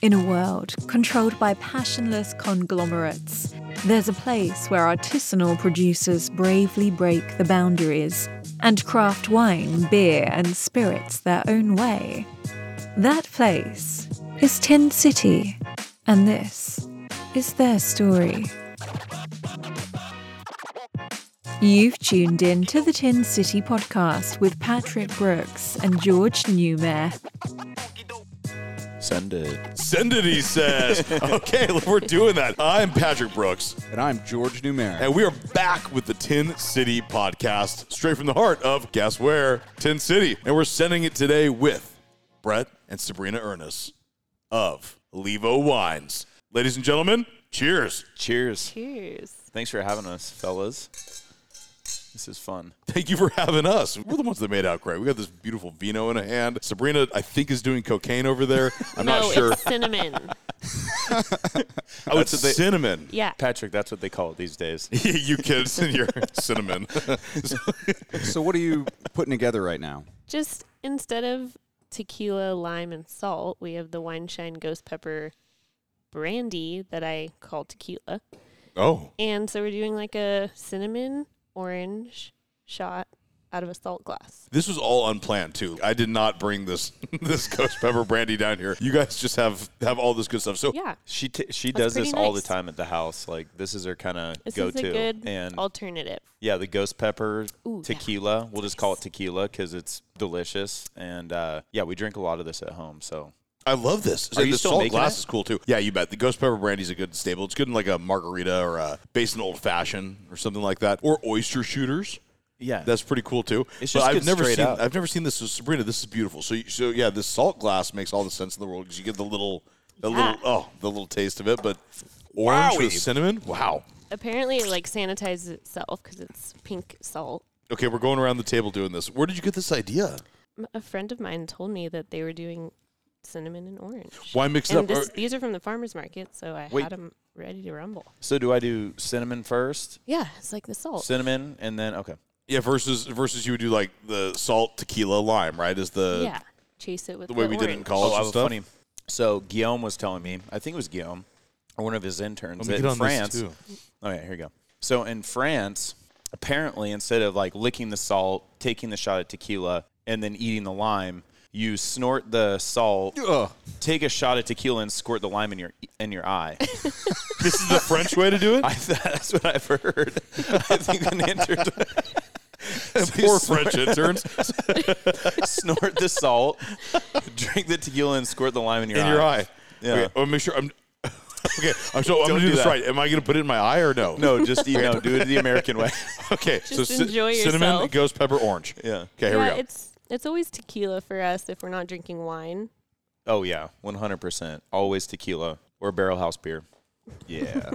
In a world controlled by passionless conglomerates, there's a place where artisanal producers bravely break the boundaries and craft wine, beer, and spirits their own way. That place is Tin City, and this is their story. You've tuned in to the Tin City podcast with Patrick Brooks and George Newmare. Send it. Send it, he says. okay, we're doing that. I'm Patrick Brooks, And I'm George Newmare. and we are back with the Tin City podcast, straight from the heart of guess where? Tin City. And we're sending it today with Brett and Sabrina Ernest of Levo Wines. Ladies and gentlemen, cheers. Cheers. Cheers. Thanks for having us, fellas. This is fun. Thank you for having us. We're the ones that made out great. We got this beautiful vino in a hand. Sabrina, I think, is doing cocaine over there. I'm no, not sure. it's cinnamon. Oh, it's That's what they- cinnamon. Yeah. Patrick, that's what they call it these days. you kids and your cinnamon. So what are you putting together right now? Just instead of tequila, lime, and salt, we have the wine shine ghost pepper brandy that I call tequila. oh. And so we're doing like a cinnamon orange shot out of a salt glass. This was all unplanned too. I did not bring this this ghost pepper brandy down here. You guys just have have all this good stuff. So Yeah. She t- she does pretty this all the nice. time at the house. Like this is her kind of This go is a to. good And alternative. yeah, the ghost pepper Ooh, yeah. tequila. We'll just call it tequila because it's delicious. And uh, yeah, we drink a lot of this at home. So I love this. Are And you the still salt making glass it? is cool too. Yeah, you bet. The ghost pepper brandy is a good staple. It's good in like a margarita or a based in old fashioned or something like that, or oyster shooters. yeah, That's pretty cool too. It's But just I've good never straight seen up. I've never seen this. So Sabrina, this is beautiful. So you- so yeah, this salt glass makes all the sense in the world because you get the little the Yeah. little oh the little taste of it, but orange with Ah. Wowie. cinnamon. Wow. Apparently, it like sanitizes itself because it's pink salt. Okay, we're going around the table doing this. Where did you get this idea? M- A friend of mine told me that they were doing cinnamon and orange. Why mix it and up? This, Or- these are from the farmer's market, so I had 'em Wait. had them ready to rumble. So do I do cinnamon first? Yeah, it's like the salt. Cinnamon and then okay. Yeah, versus versus you would do like the salt, tequila, lime, right? Is the yeah, chase it with uh, the way we did it in college Oh, I have and a stuff. funny. So Guillaume was telling me, I think it was Guillaume or one of his interns me that get in on this France. too. Oh yeah, here you go. So in France, apparently instead of like licking the salt, taking the shot of tequila, and then eating the lime, you snort the salt, take a shot of tequila, and squirt the lime in your in your eye. This is the French way to do it. I, that's what I've heard. I think an intern Poor French interns snort the salt, drink the tequila, and squirt the lime in your in eye. your eye. Yeah. Okay, I'll make sure I'm. Okay, I'm, so Don't I'm gonna do, do this that. right. Am I gonna put it in my eye or no? No, just you know, do it the American way. Okay, so Just enjoy cinnamon, yourself. ghost pepper, orange. Yeah. Okay, here yeah, we go. it's it's always tequila for us if we're not drinking wine. Oh yeah, one hundred percent. Always tequila or barrel house beer. Yeah,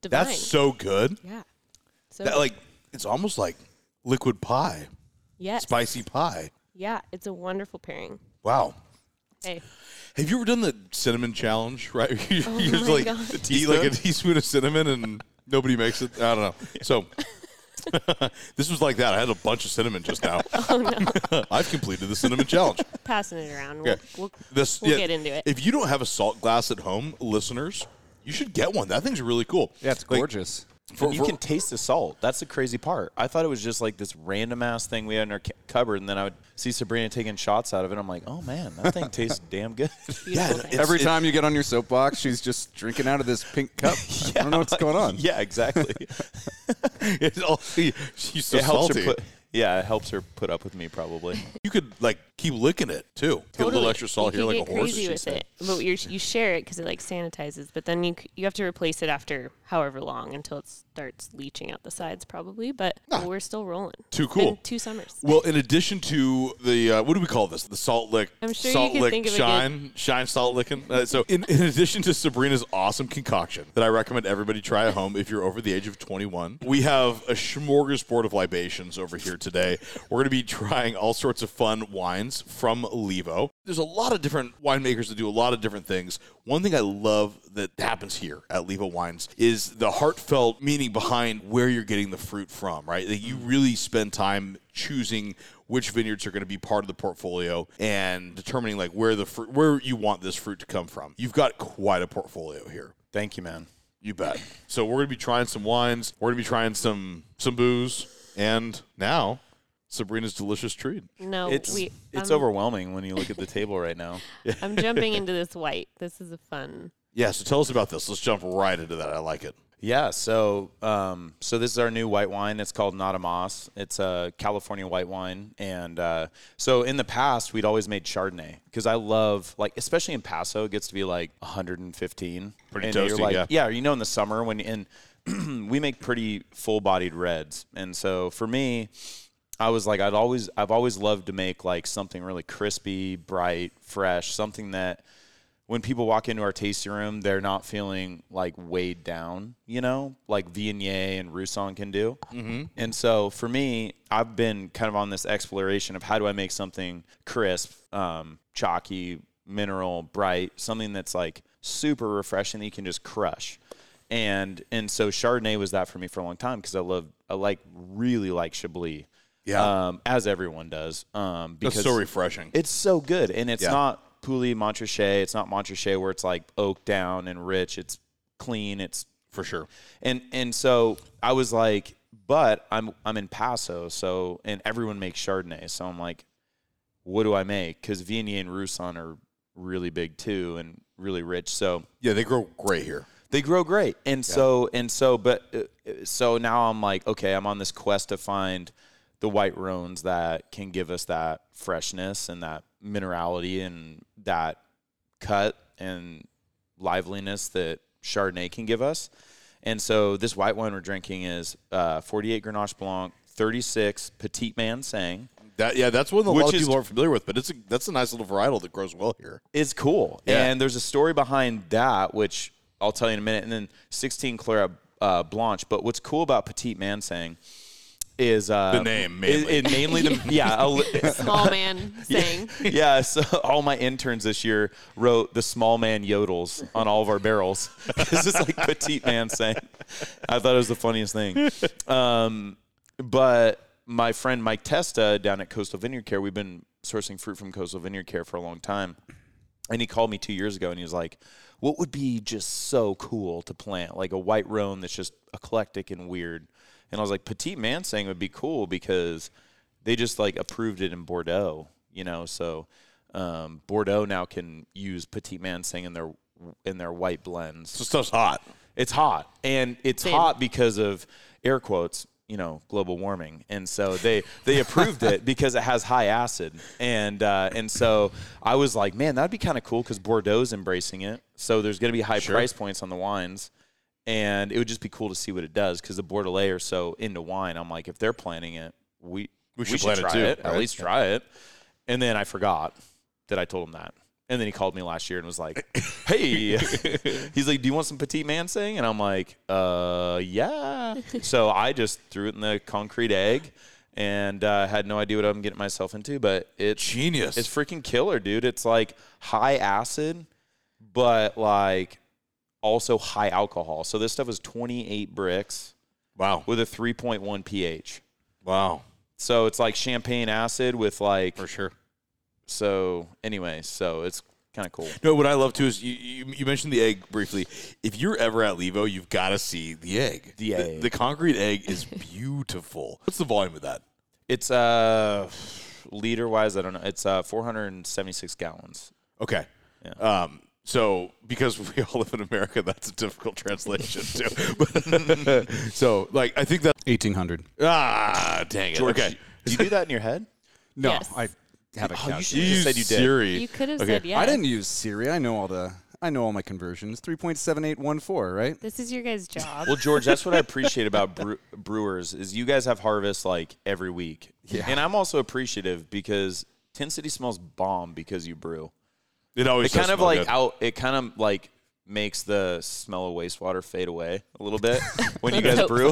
Divine. That's so good. yeah. So That like it's almost like liquid pie, yes, spicy pie. yeah, it's a wonderful pairing. Wow. Hey, Have you ever done the cinnamon challenge? Right, you Oh you my just like God. The eat like a teaspoon of cinnamon and nobody makes it. I don't know. So this was like that. I had a bunch of cinnamon just now. Oh, I've completed the cinnamon challenge. passing it around. Okay. We'll, we'll, This, We'll yeah, get into it. If you don't have a salt glass at home, listeners, you should get one. That thing's really cool. Yeah, it's Like, gorgeous. for- you for- can taste the salt. That's the crazy part. I thought it was just like this random ass thing we had in our ca- cupboard, and then I would see Sabrina taking shots out of it. I'm like, oh man, that thing tastes damn good. beautiful thing. Every time you get on your soapbox, she's just drinking out of this pink cup. I don't know what's going on. yeah, exactly. it's all, she's so it helps salty. her put. Yeah, it helps her put up with me probably. you could like keep licking it too. Get a Totally. little extra salt here, you can like a get horse. crazy she with said. it, but you you share it because it like sanitizes. But then you c- you have to replace it after however long until it starts leaching out the sides probably. But we're still rolling. Too It's been cool. two summers. Well, in addition to the uh, what do we call this? The salt lick, I'm sure you salt can lick think of a shine, shine salt licking. Uh, so, in, in addition to Sabrina's awesome concoction that I recommend everybody try at home if you're over the age of 21, we have a smorgasbord of libations over here today. We're going to be trying all sorts of fun wines from Levo. There's a lot of different winemakers that do a lot of different things. One thing I love that happens here at Levo Wines is the heartfelt meaning behind where you're getting the fruit from, right? That you really spend time choosing which vineyards are going to be part of the portfolio and determining like where the fruit where you want this fruit to come from. You've got quite a portfolio here. Thank you, man. You bet. So we're gonna be trying some wines. We're gonna be trying some some booze, and now Sabrina's delicious treat. No, It's Oh, we, um, it's I'm, overwhelming when you look at the table right now. I'm jumping into this white. This is a fun. Yeah. So tell us about this. Let's jump right into that. I like it. Yeah, so um, so this is our new white wine. It's called Nada Moss. It's a California white wine, and uh, so in the past we'd always made Chardonnay because I love like especially in Paso it gets to be like 115. Pretty and toasty, You're like, yeah. you know in the summer when and we make pretty full-bodied reds, and so for me, I was like I'd always I've always loved to make like something really crispy, bright, fresh, something that when people walk into our tasting room, they're not feeling like weighed down, you know, like Viognier and Roussan can do. Mm-hmm. And so for me, I've been kind of on this exploration of how do I make something crisp, um, chalky, mineral, bright, something that's like super refreshing that you can just crush. And and so Chardonnay was that for me for a long time because I love I like really like Chablis. Yeah. Um, as everyone does. Um, That's because so refreshing. it's so good, and it's Yeah. not Pooley Montrachet. It's not Montrachet where it's like oak down and rich. It's clean. It's for sure. and and so I was like, but I'm I'm in Paso, so and everyone makes Chardonnay, so I'm like, what do I make? Because Viognier and Roussan are really big too and really rich. So Yeah, they grow great here. they grow great and so and so but uh, uh, so now i'm like okay i'm on this quest to find the white roans that can give us that freshness and that minerality and that cut and liveliness that chardonnay can give us and so this white wine we're drinking is uh, 48 grenache blanc 36 petite man sang That yeah, that's one that a Which lot of is- people aren't familiar with, but it's a, that's a nice little varietal that grows well here. is cool. Yeah. And there's a story behind that, which I'll tell you in a minute. And then 16 Clara uh, Blanche. But what's cool about Petite Man Sang is uh, The name, is- mainly. is mainly the yeah. a li- Small man saying. yeah, so all my interns this year wrote the small man yodels on all of our barrels. this is like petite man saying. I thought it was the funniest thing. Um, but my friend Mike Testa down at Coastal Vineyard Care, we've been sourcing fruit from Coastal Vineyard Care for a long time. And he called me two years ago and he was like, What would be just so cool to plant? Like a white roan that's just eclectic and weird. And I was like, Petite Man saying would be cool because they just like approved it in Bordeaux, you know. So um, Bordeaux now can use Petite Man saying in their in their white blends. So stuff's hot. It's hot, and it's hot because of air quotes, you know, global warming. And so they they approved it because it has high acid, and uh, and so I was like, man, that'd be kind of cool because Bordeaux's embracing it. So there's gonna be high price points on the wines, and it would just be cool to see what it does because the Bordelais are so into wine. I'm like, if they're planning it, we we should plant it try too, at right? least try it. And then I forgot that I told him that. And then he called me last year and was like, "Hey," he's like, "Do you want some petite man saying?" And I'm like, "Uh, yeah." so I just threw it in the concrete egg, and uh, had no idea what I'm getting myself into. But it's Genius. It's freaking killer, dude. It's like high acid, but like also high alcohol. So this stuff is 28 bricks Wow. with a 3.1 pH. Wow. So it's like champagne acid with like For sure. so anyway, so it's kind of cool. No, what I love too is you, you, you mentioned the egg briefly. If you're ever at Levo, you've got to see the egg. The egg. The concrete egg is beautiful. What's the volume of that? It's uh liter wise, I don't know. It's uh 476 gallons. Okay. Um, so because we all live in America, that's a difficult translation too. But- so like I think that 1800. ah dang it. okay. Do you do that in your head? No, Yes. I haven't Oh, you calculated. should have just said you did. Siri. You could have Okay. said yes. I didn't use Siri. I know all the I know all my conversions. 3.7814, right? This is your guys' job. Well, George, that's what I appreciate about bre- brewers is you guys have harvest like every week. Yeah. And I'm also appreciative because Tin City smells bomb because you brew. It always It kind does of smell like good. out. It kind of like makes the smell of wastewater fade away a little bit when you guys hope brew.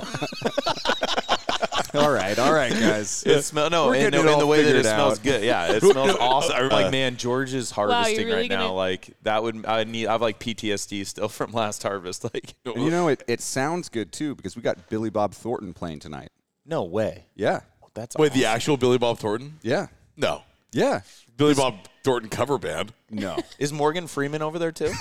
all right, all right, guys. It smells no, We're and, getting no, it in the all way that it figured smells out. good. Yeah, it smells awesome. I'm like, man, George is you're harvesting really right now. gonna- Like that would I need? I have like PTSD still from last harvest. Like, And you know, it, it sounds good too because we got Billy Bob Thornton playing tonight. no way. Yeah, That's Wait, the actual Billy Bob Thornton? yeah, No. yeah. Billy Bob Thornton cover band. No, is Morgan Freeman over there too?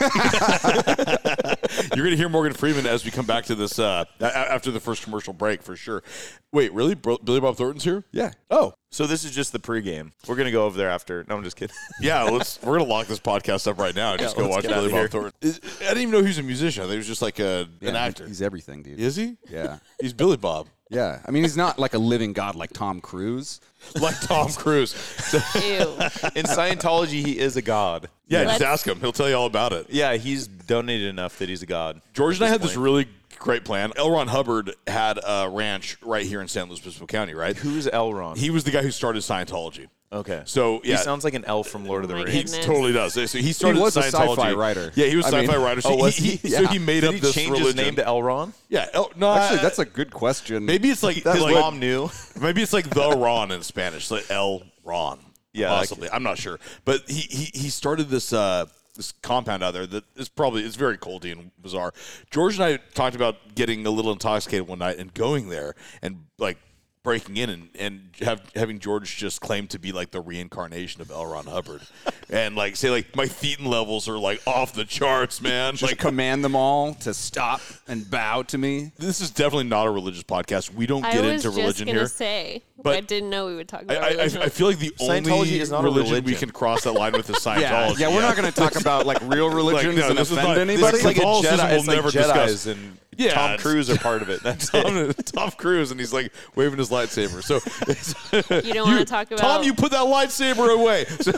You're going to hear Morgan Freeman as we come back to this uh, a- a- after the first commercial break for sure. Wait, really? Bro- Billy Bob Thornton's here? yeah. Oh, so this is just the pregame. We're gonna go over there after. No, I'm just kidding. yeah. Let's. We're gonna lock this podcast up right now and just go let's watch get out Billy of here. Bob Thornton. Is- I didn't even know he was a musician. I thought he was just like a, an Yeah, actor. He's everything, dude. Is he? Yeah, He's Billy Bob, yeah. I mean, he's not like a living god like Tom Cruise. like Tom Cruise. Ew. In Scientology, he is a god. yeah, just Let's- ask him. He'll tell you all about it. Yeah, he's donated enough that he's a god. George and I had this really great plan. L. Ron Hubbard had a ranch right here in San Luis Obispo County, right? Who's Elrond? He was the guy who started Scientology. okay, So yeah, he sounds like an elf from Lord of the Oh my Rings. he Goodness. totally does. So he started was a Scientology. sci-fi writer. Yeah, he was a I mean- sci-fi writer. So Oh, was he, he? So he made Did up he this change religion. his name to Elrond? yeah, El- no, Actually, I- that's a good question. maybe it's like, His like- mom knew. Maybe it's like the Ron in Spanish, like El Ron. Yeah, like- possibly. I'm not sure, but he he, he started this uh, this compound out there that is probably it's very coldy and bizarre. George and I talked about getting a little intoxicated one night and going there and like breaking in and, and have having George just claim to be like the reincarnation of L. Ron Hubbard and like say like my thetan levels are like off the charts, man. just like command them all to stop and bow to me. this is definitely not a religious podcast. We don't I get was into just religion gonna here. say, But- I didn't know we would talk I, about I, I religion. I feel like the Scientology only is not a religion, we religion. can cross that line with is Yeah, Scientology. yeah. We're not going to talk about like real religions no, and this is offend not- this anybody. It's like a Catholicism Jedi. will It's like never Jedi's discuss. and Yeah, Tom it's- Cruise are part of it. That's it. Tom, Tom Cruise, and he's like waving his lightsaber. So you don't want to talk about Tom, you put that lightsaber away. So,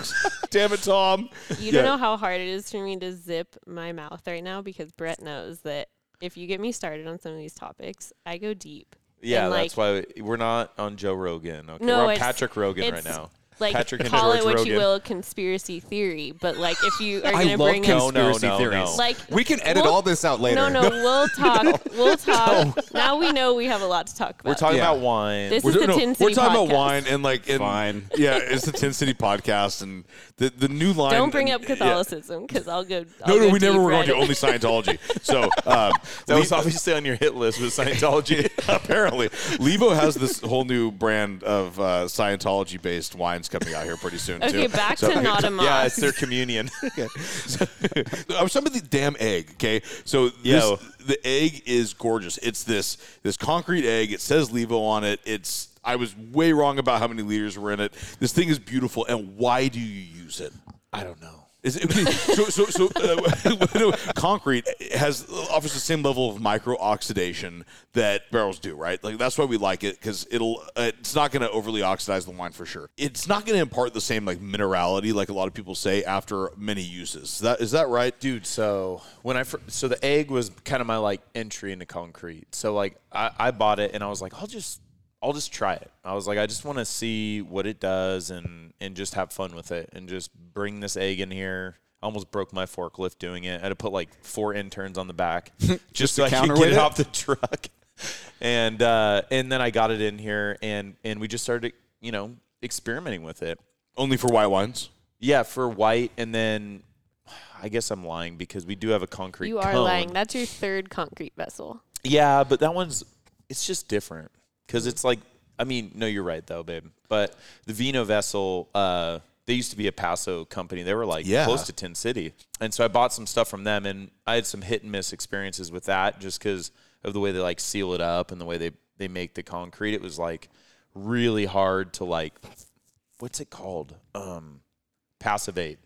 damn it, Tom. You Yeah. don't know how hard it is for me to zip my mouth right now because Brett knows that if you get me started on some of these topics, I go deep. Yeah, And, that's like, why we're not on Joe Rogan. Okay, No, we're on it's- Patrick Rogan right it's now. Like Patrick and call George it what Rogan. you will, conspiracy theory. But like if you are I gonna love bring up No, no, conspiracy no, theories. no. like we can edit we'll- all this out later. No, no, we'll talk. We'll talk. Now we know we have a lot to talk about. We're talking Yeah. about wine. uh, This We're, is the no, Tin we're City talking podcast. about wine and like and, Fine. Yeah, it's the Tin City podcast and the the new line. Don't bring and- up Catholicism because I'll go. yeah. I'll No, no, go we never deep were going right to in- only Scientology. So um, that was we- obviously on your hit list with Scientology. apparently. Levo has this whole new brand of uh, Scientology based wines coming out here pretty soon, too. Okay, back to Nautimos. yeah, it's their communion. I'm talking about the damn egg, okay? So Yo. this, the egg is gorgeous. It's this this concrete egg. It says Levo on it. It's I was way wrong about how many liters were in it. This thing is beautiful. And why do you use it? I don't know. Is it, okay, so so so uh, no, concrete has offers the same level of micro oxidation that barrels do, right? Like that's why we like it because it'll uh, it's not going to overly oxidize the wine for sure. It's not going to impart the same like minerality like a lot of people say after many uses. Is that is that right? dude so when i fir- so the egg was kind of my like entry into concrete so like I, I bought it and i was like i'll just i'll just try it i was like i just want to see what it does and and just have fun with it and just bring this egg in here I almost broke my forklift doing it i had to put like four interns on the back just so i could counterweight get it it? off the truck and uh and then i got it in here and and we just started you know experimenting with it Only for white wines. yeah, for white, and then I guess I'm lying because we do have a concrete. You are cone. lying. That's your third concrete vessel. Yeah, but that one's it's just different because it's like I mean, no, you're right though, babe. But the Vino vessel, uh, they used to be a Paso company. They were like Yeah. close to Tin City, and so I bought some stuff from them, and I had some hit and miss experiences with that just because of the way they like seal it up and the way they they make the concrete. It was like really hard to like what's it called um passivate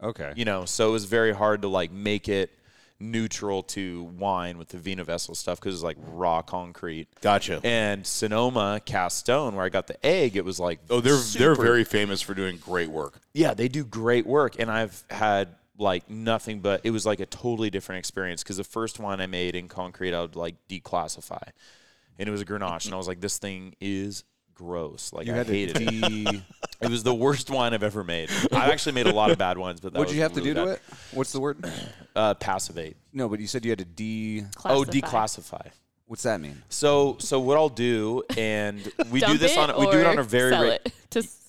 Okay. you know so it was very hard to like make it neutral to wine with the vino vessel stuff because it's like raw concrete Gotcha. and sonoma cast stone where i got the egg it was like oh, they're they're super- very famous for doing great work. yeah they do great work and i've had like nothing but it was like a totally different experience because the first wine i made in concrete i would like declassify and it was a grenache and i was like this thing is gross like i hated it it was the worst wine i've ever made i've actually made a lot of bad ones but that What'd you was have to really do to bad. it? What's the word? uh, passivate. No, but you said you had to de. Oh, Classify. declassify. What's that mean? So so what I'll do, and we do Dump this it on we do it or on a very sell re- it to s-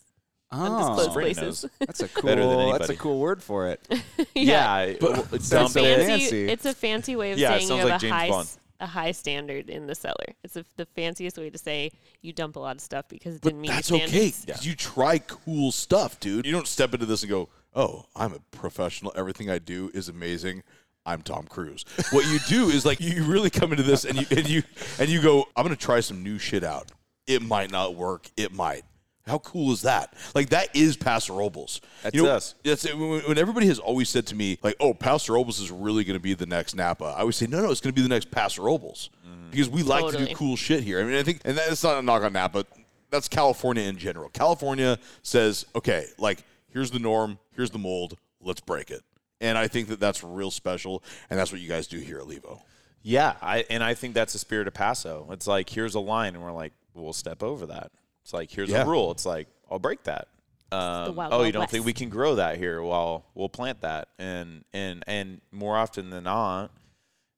Oh, undisclosed Sabrina places. knows. that's a Better than cool. That's a anybody. cool word for it. yeah, w- dump so it. fancy. fancy. It's a fancy way of Yeah, it saying you sounds have like a James high Bond. s- a high standard in the cellar. It's a, the fanciest way to say you dump a lot of stuff because it didn't meet your That's okay. standards. 'cause You try cool stuff, dude. You don't step into this and go, "Oh, I'm a professional. Everything I do is amazing. I'm Tom Cruise." what you do is like you really come into this and you and you and you go, "I'm going to try some new shit out. It might not work. It might." How cool is that? Like that is Paso Robles. That's you know, us. That's it. When, when everybody has always said to me, like, "Oh, Paso Robles is really going to be the next Napa." I always say, "No, no, it's going to be the next Paso Robles Mm-hmm. because we like to do Totally. cool shit here." I mean, I think, and that's not a knock on Napa. That's California in general. California says, "Okay, like here's the norm, here's the mold, let's break it." And I think that that's real special, and that's what you guys do here at Levo. Yeah, I, and I think that's the spirit of Paso. It's like here's a line, and we're like, we'll step over that. It's like here's Yeah. a rule. It's like I'll break that. Um, Wild oh, you Wild don't think West. we can grow that here? Well, we'll plant that, and and and more often than not,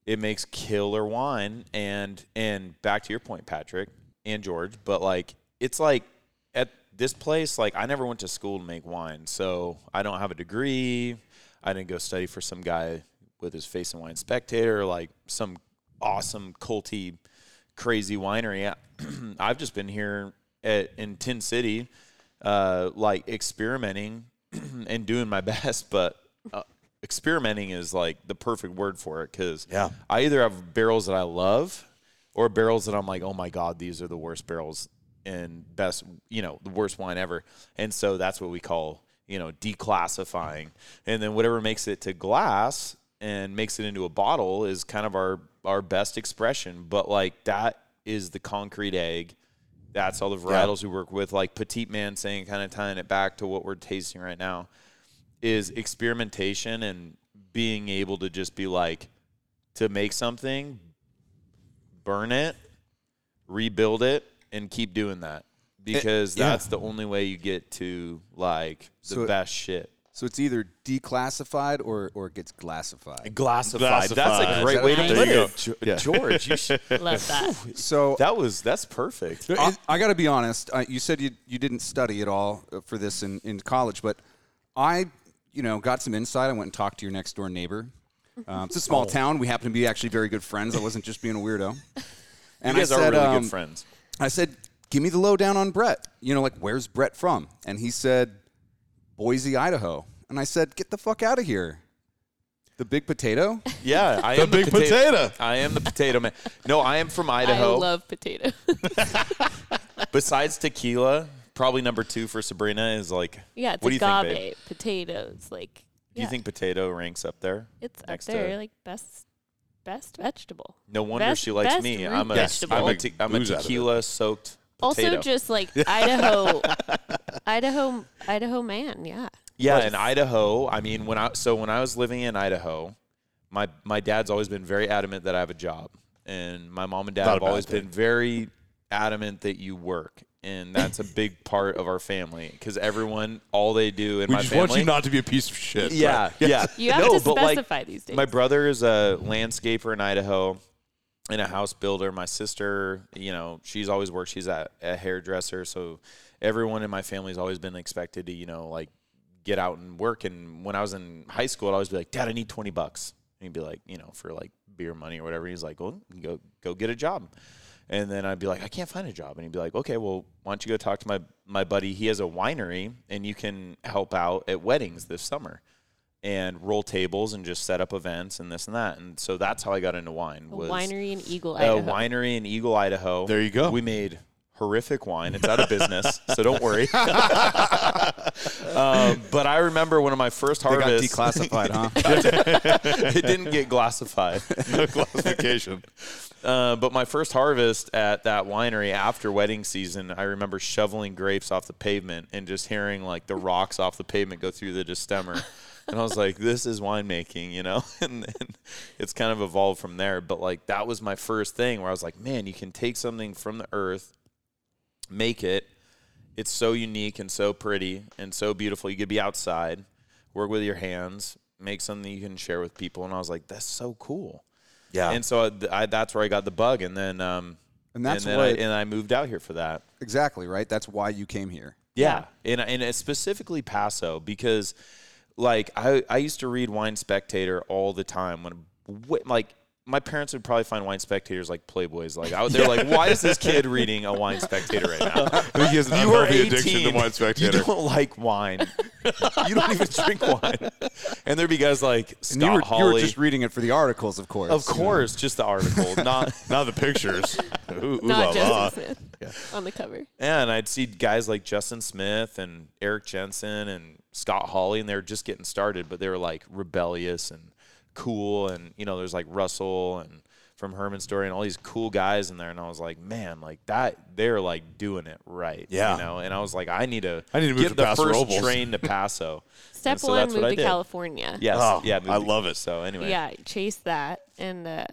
it makes killer wine. And and back to your point, Patrick and George, but like it's like at this place, like I never went to school to make wine, so I don't have a degree. I didn't go study for some guy with his face in wine spectator, like some awesome culty, crazy winery. I've just been here at, in Tin City, uh, like experimenting and doing my best, but. Uh, experimenting is like the perfect word for it because Yeah. I either have barrels that I love or barrels that I'm like, oh my god, these are the worst barrels and best, you know, the worst wine ever. And so that's what we call, you know, declassifying. And then whatever makes it to glass and makes it into a bottle is kind of our our best expression. But like that is the concrete egg. That's all the varietals we work with, like Petite Man saying, kind of tying it back to what we're tasting right now is experimentation and being able to just be like to make something burn it rebuild it and keep doing that because yeah. that's the only way you get to like the So- best shit So it's either declassified or or it gets glassified. glassified. that's Glassified. a great way to There put you it Ge- george you should, Love that. So that was that's perfect I, I got to be honest. Uh, you said you, you didn't study at all uh, for this in, in college, but I, you know, got some insight. I went and talked to your next door neighbor. Um, it's a Oh. small town. We happen to be actually very good friends. I wasn't just being a weirdo. you And guys I said, are really um, good friends I said, give me the lowdown on Brett. You know, like, where's Brett from? And he said, Boise, Idaho. And I said, get the fuck out of here. The big potato? yeah i am big the potato, potato. i am the potato man no i am from I idaho love potato. besides tequila probably number two for sabrina is like yeah, it's what do you think agave, babe? potatoes. Like, Do yeah, you think potato ranks up there? it's up next there? to- like best, best vegetable. No wonder best- she likes best me. root I'm a, vegetable. am a, Yes, te- I'm a Ooze out of it. tequila soaked potato. Also, just like Idaho, Idaho, Idaho man. Yeah, yeah, in Idaho. I mean, when I so when I was living in Idaho, my my dad's always been very adamant that I have a job, and my mom and dad Not a have bad always thing. been very adamant that you work. And that's a big part of our family because everyone, all they do in We my just family, want you not to be a piece of shit. Yeah, Brett. yeah. You have no, to but like, specify these days. My brother is a landscaper in Idaho and a house builder. My sister, you know, she's always worked. She's a, a hairdresser. So everyone in my family's always been expected to, you know, like get out and work. And when I was in high school, I'd always be like, Dad, I need 20 bucks. And he'd be like, you know, for like beer money or whatever. He's like, well, go, go get a job. And then I'd be like, I can't find a job. And he'd be like, okay, well, why don't you go talk to my, my buddy? He has a winery and you can help out at weddings this summer and roll tables and just set up events and this and that. And so that's how I got into wine. a was winery in Eagle, a Idaho. winery in Eagle, Idaho. There you go. We made horrific wine. It's out of business, so don't worry. um, but I remember one of my first They got harvests. declassified, huh? it didn't get glassified. Classification. Uh, but my first harvest at that winery after wedding season, I remember shoveling grapes off the pavement and just hearing like the rocks off the pavement go through the distemmer. and I was like, this is winemaking, you know? And then it's kind of evolved from there. But like that was my first thing where I was like, man, you can take something from the earth, make it. It's so unique and so pretty and so beautiful. You could be outside, work with your hands, make something you can share with people. And I was like, that's so cool. Yeah. And so I, I, that's where I got the bug, and then um, And that's and then what- I, and I moved out here for that. Exactly, right? That's why you came here. Yeah. And and it's specifically Paso because like I, I used to read Wine Spectator all the time when wh- like my parents would probably find Wine Spectators like Playboys. Like I, was- they're like, why is this kid reading a Wine Spectator right now? I think he has an You are unhealthy 18. addiction to Wine Spectator. You don't like wine. you don't even drink wine. And there'd be guys like Scott And you were, you Hawley. were just reading it for the articles, of course. of course, just the article, not Not the pictures. ooh, ooh Not la, la. Joseph Smith on the cover. Yeah, and I'd see guys like Justin Smith and Eric Jensen and Scott Hawley, and they were just getting started, but they were like rebellious and cool. And, you know, there's like Russell and from Herman's Story and all these cool guys in there. And I was like, man, like that, they're like doing it right. Yeah. You know, and I was like, I need to, I need to move get to the Paso first Robles. train to Paso. Step And so one, that's what I move to did. California. Yes. Oh, yeah. I to- love it. So, anyway. Yeah, chase that. And uh,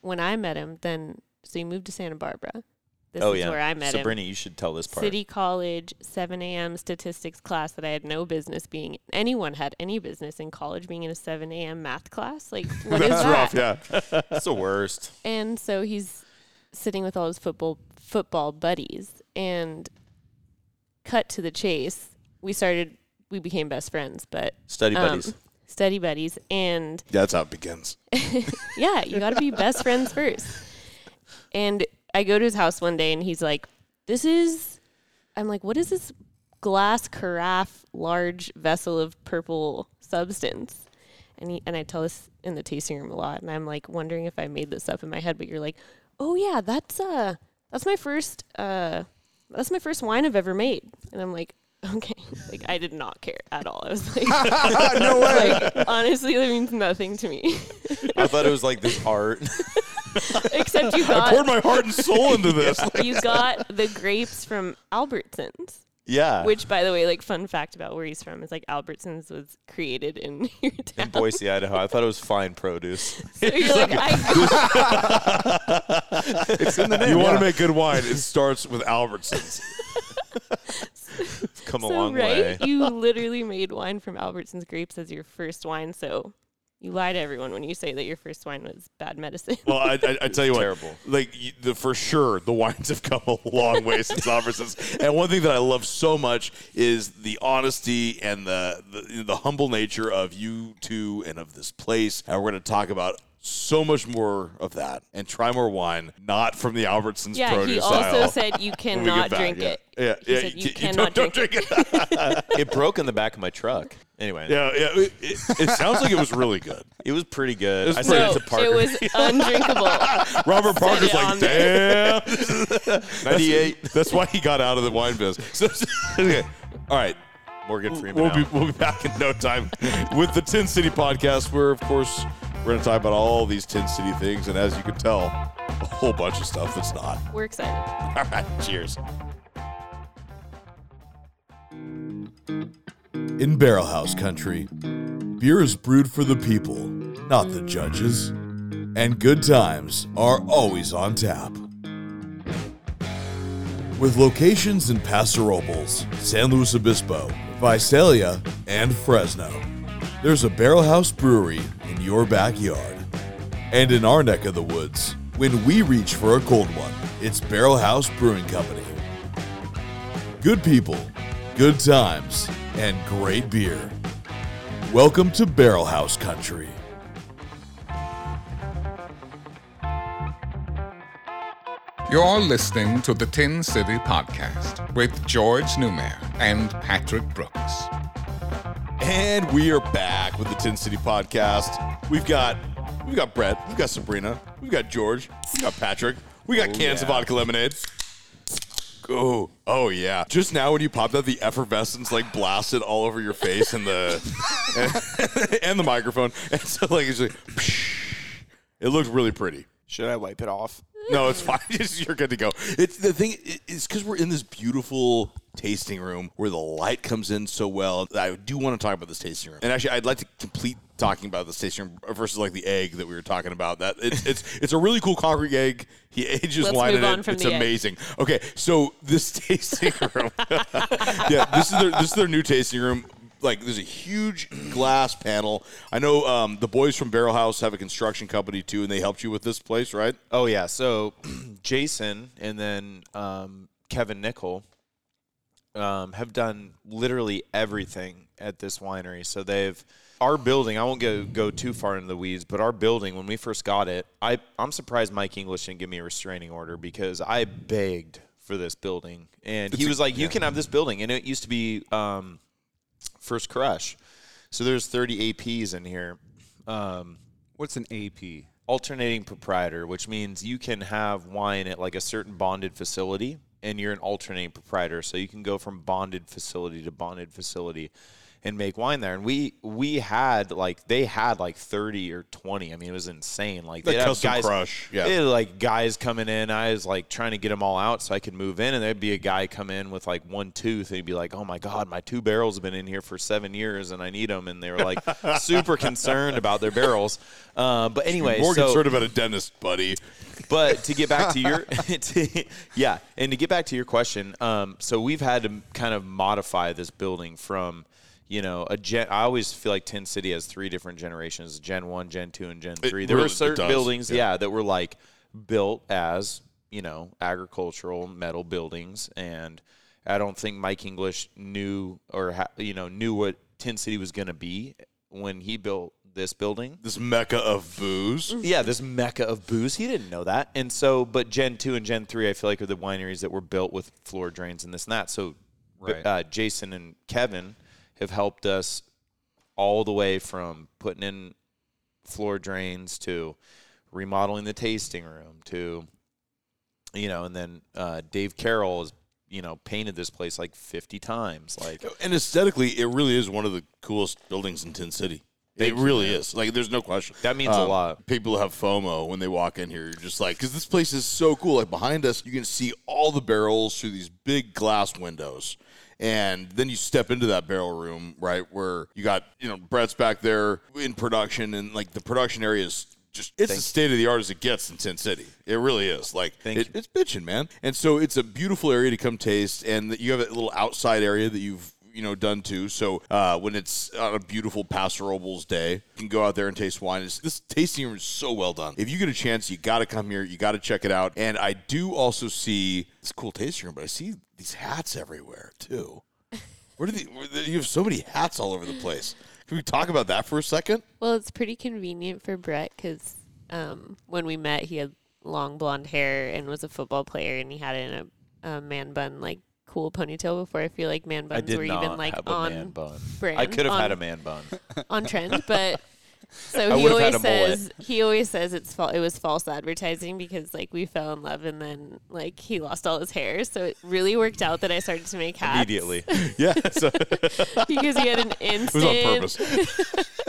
when I met him, then so he moved to Santa Barbara. This oh, is yeah. where I met so, him. Brittany, you should tell this part. City College, 7 a.m. statistics class that I had no business being. Anyone had any business in college being in a 7 a.m. math class? Like, what is That's that? rough, yeah. That's the worst. And so he's sitting with all his football football buddies and cut to the chase. We started we became best friends, but Study um, buddies. study buddies and Yeah, that's how it begins. yeah, you got to be best friends first. And I go to his house one day and he's like, This is, I'm like, what is this glass carafe large vessel of purple substance? And, he, and I tell this in the tasting room a lot. And I'm like wondering if I made this up in my head, but you're like, Oh, yeah, that's, uh, that's my first, uh, that's my first wine I've ever made. And I'm like, okay. Like, I did not care at all. I was like, no way. Like, honestly, that means nothing to me. I thought it was like this art. Except you I poured got my heart and soul into this. you got the grapes from Albertsons, yeah. which, by the way, like fun fact about where he's from is like Albertsons was created in your town. in Boise, Idaho. I thought it was fine produce. So you're like, I, you want to make good wine, it starts with Albertsons. It's come a so long way. right? You literally made wine from Albertsons grapes as your first wine, so you lie to everyone when you say that your first wine was bad medicine. Well, I, I, I tell you what, Terrible. like y- the, for sure, the wines have come a long way since Albertsons. And one thing that I love so much is the honesty and the the, the humble nature of you two and of this place. And we're going to talk about so much more of that and try more wine, not from the Albertsons yeah, produce he also aisle. said you when we get cannot back. drink yeah. it. Yeah, He yeah, said, you, ca- cannot don't, drink it. don't drink it. It broke in the back of my truck. Anyway, yeah, yeah. It, it, it sounds like it was really good. it was pretty good. was I pretty- sent No, it to Parker. it was undrinkable. Robert Parker's it like, on damn. That's, 98. that's why he got out of the wine biz. So, so- okay. All right. Morgan Freeman. We'll be, out. we'll be back in no time with the Tin City podcast, where, of course, we're going to talk about all these Tin City things. And as you can tell, a whole bunch of stuff that's not. We're excited. All right. Cheers. In Barrel House Country, beer is brewed for the people, not the judges. And good times are always on tap. With locations in Paso Robles, San Luis Obispo, Visalia, and Fresno, there's a Barrel House Brewery in your backyard. And in our neck of the woods, when we reach for a cold one, it's Barrel House Brewing Company. Good people, good times, and great beer. Welcome to Barrel House Country. You're listening to the Tin City Podcast with George Newmare and Patrick Brooks. And we are back with the Tin City Podcast. We've got we've got Brett, we've got Sabrina, we've got George, we've got Patrick, we got cans of vodka lemonade. Oh, oh yeah! Just now when you popped out, the effervescence like blasted all over your face and the and, and the microphone, and so like it's like it looked really pretty. Should I wipe it off? No, it's fine. Just- You're good to go. It's the thing. i- It's because we're in this beautiful tasting room where the light comes in so well. I do want to talk about this tasting room, and actually, I'd like to complete talking about this tasting room versus like the egg that we were talking about. That it's it's it's a really cool concrete egg. He ages Let's wine move in on it. from It's the egg. amazing. Okay, so this tasting room. yeah, this is their this is their new tasting room. like there's a huge glass panel. I know um, the boys from Barrel House have a construction company too, and they helped you with this place, right? Oh yeah, so Jason and then um, Kevin Nickel um, have done literally everything at this winery. So they've our building. I won't go go too far into the weeds, but our building when we first got it, I I'm surprised Mike English didn't give me a restraining order because I begged for this building, and he was like, "You can have this building," and it used to be. Um, First Crush. So there's 30 APs in here. Um, What's an AP? alternating proprietor, which means you can have wine at like a certain bonded facility and you're an alternating proprietor. So you can go from bonded facility to bonded facility and make wine there. And we we had like they had like 30 or 20. I mean, it was insane. Like Like they'd have Custom guys Crush, yeah. they'd, like guys coming in. I was like trying to get them all out so I could move in and there'd be a guy come in with like one tooth and he'd be like, "Oh my god, my two barrels have been in here for 7 years and I need them." And they were like super concerned about their barrels. Uh, but anyway, More so concerned about a dentist, buddy. but to get back to your to- yeah and to get back to your question um, so we've had to kind of modify this building from you know a gen i always feel like tin city has three different generations gen 1 gen 2 and gen 3 there really- were it certain does, buildings yeah. yeah. that were like built as you know agricultural metal buildings and i don't think mike english knew or ha- you know knew what tin city was going to be when he built this building This mecca of booze. yeah, this mecca of booze. He didn't know that. And so, but Gen 2 and Gen 3, I feel like, are the wineries that were built with floor drains and this and that. So, b- Right. uh, Jason and Kevin have helped us all the way from putting in floor drains to remodeling the tasting room to, you know, and then uh, Dave Carroll has, you know, painted this place like 50 times. Like, And aesthetically, it really is one of the coolest buildings in Tin City. It really is. Like, there's no question. That uh, means a lot. People have FOMO when they walk in here. You're just like, because this place is so cool. Like, behind us, you can see all the barrels through these big glass windows. And then you step into that barrel room, right, where you got, you know, Brett's back there in production, and like the production area is just, it's as state of the art as it gets in Tin City. It really is. Like, Thank it- you. it's bitching, man. And so it's a beautiful area to come taste, and that you have a little outside area that you've you know done too. So uh, when it's on a beautiful Paso Robles day, you can go out there and taste wine. It's, this tasting room is so well done. If you get a chance, you got to come here. You got to check it out. And I do also see it's a cool tasting room, but I see these hats everywhere too. Where do they, where they- you have so many hats all over the place? Can we talk about that for a second? Well, it's pretty convenient for Brett because um, when we met, he had long blonde hair and was a football player, and he had it in a, a man bun, like cool ponytail before. I feel like man I buns did were not even like have a man on bun. I brand, could have on- had a man bun. on trend, but I so he would've had always a mullet. says he always says it's fal- it was false advertising because like we fell in love and then like he lost all his hair, so it really worked out that I started to make hats Immediately. Yeah, so because he had an it was instant on purpose.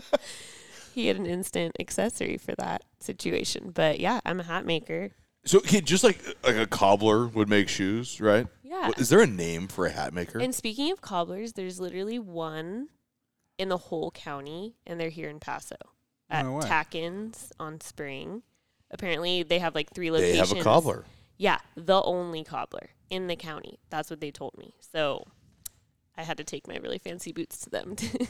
he had an instant accessory for that situation. But yeah, I'm a hat maker. So okay, just like like a cobbler would make shoes, right? Yeah. Is there a name for a hat maker? And speaking of cobblers, there's literally one in the whole county, and they're here in Paso at No way. Tackins on Spring. Apparently, they have like three they locations. have a cobbler. Yeah, the only cobbler in the county. That's what they told me. So I had to take my really fancy boots to them to get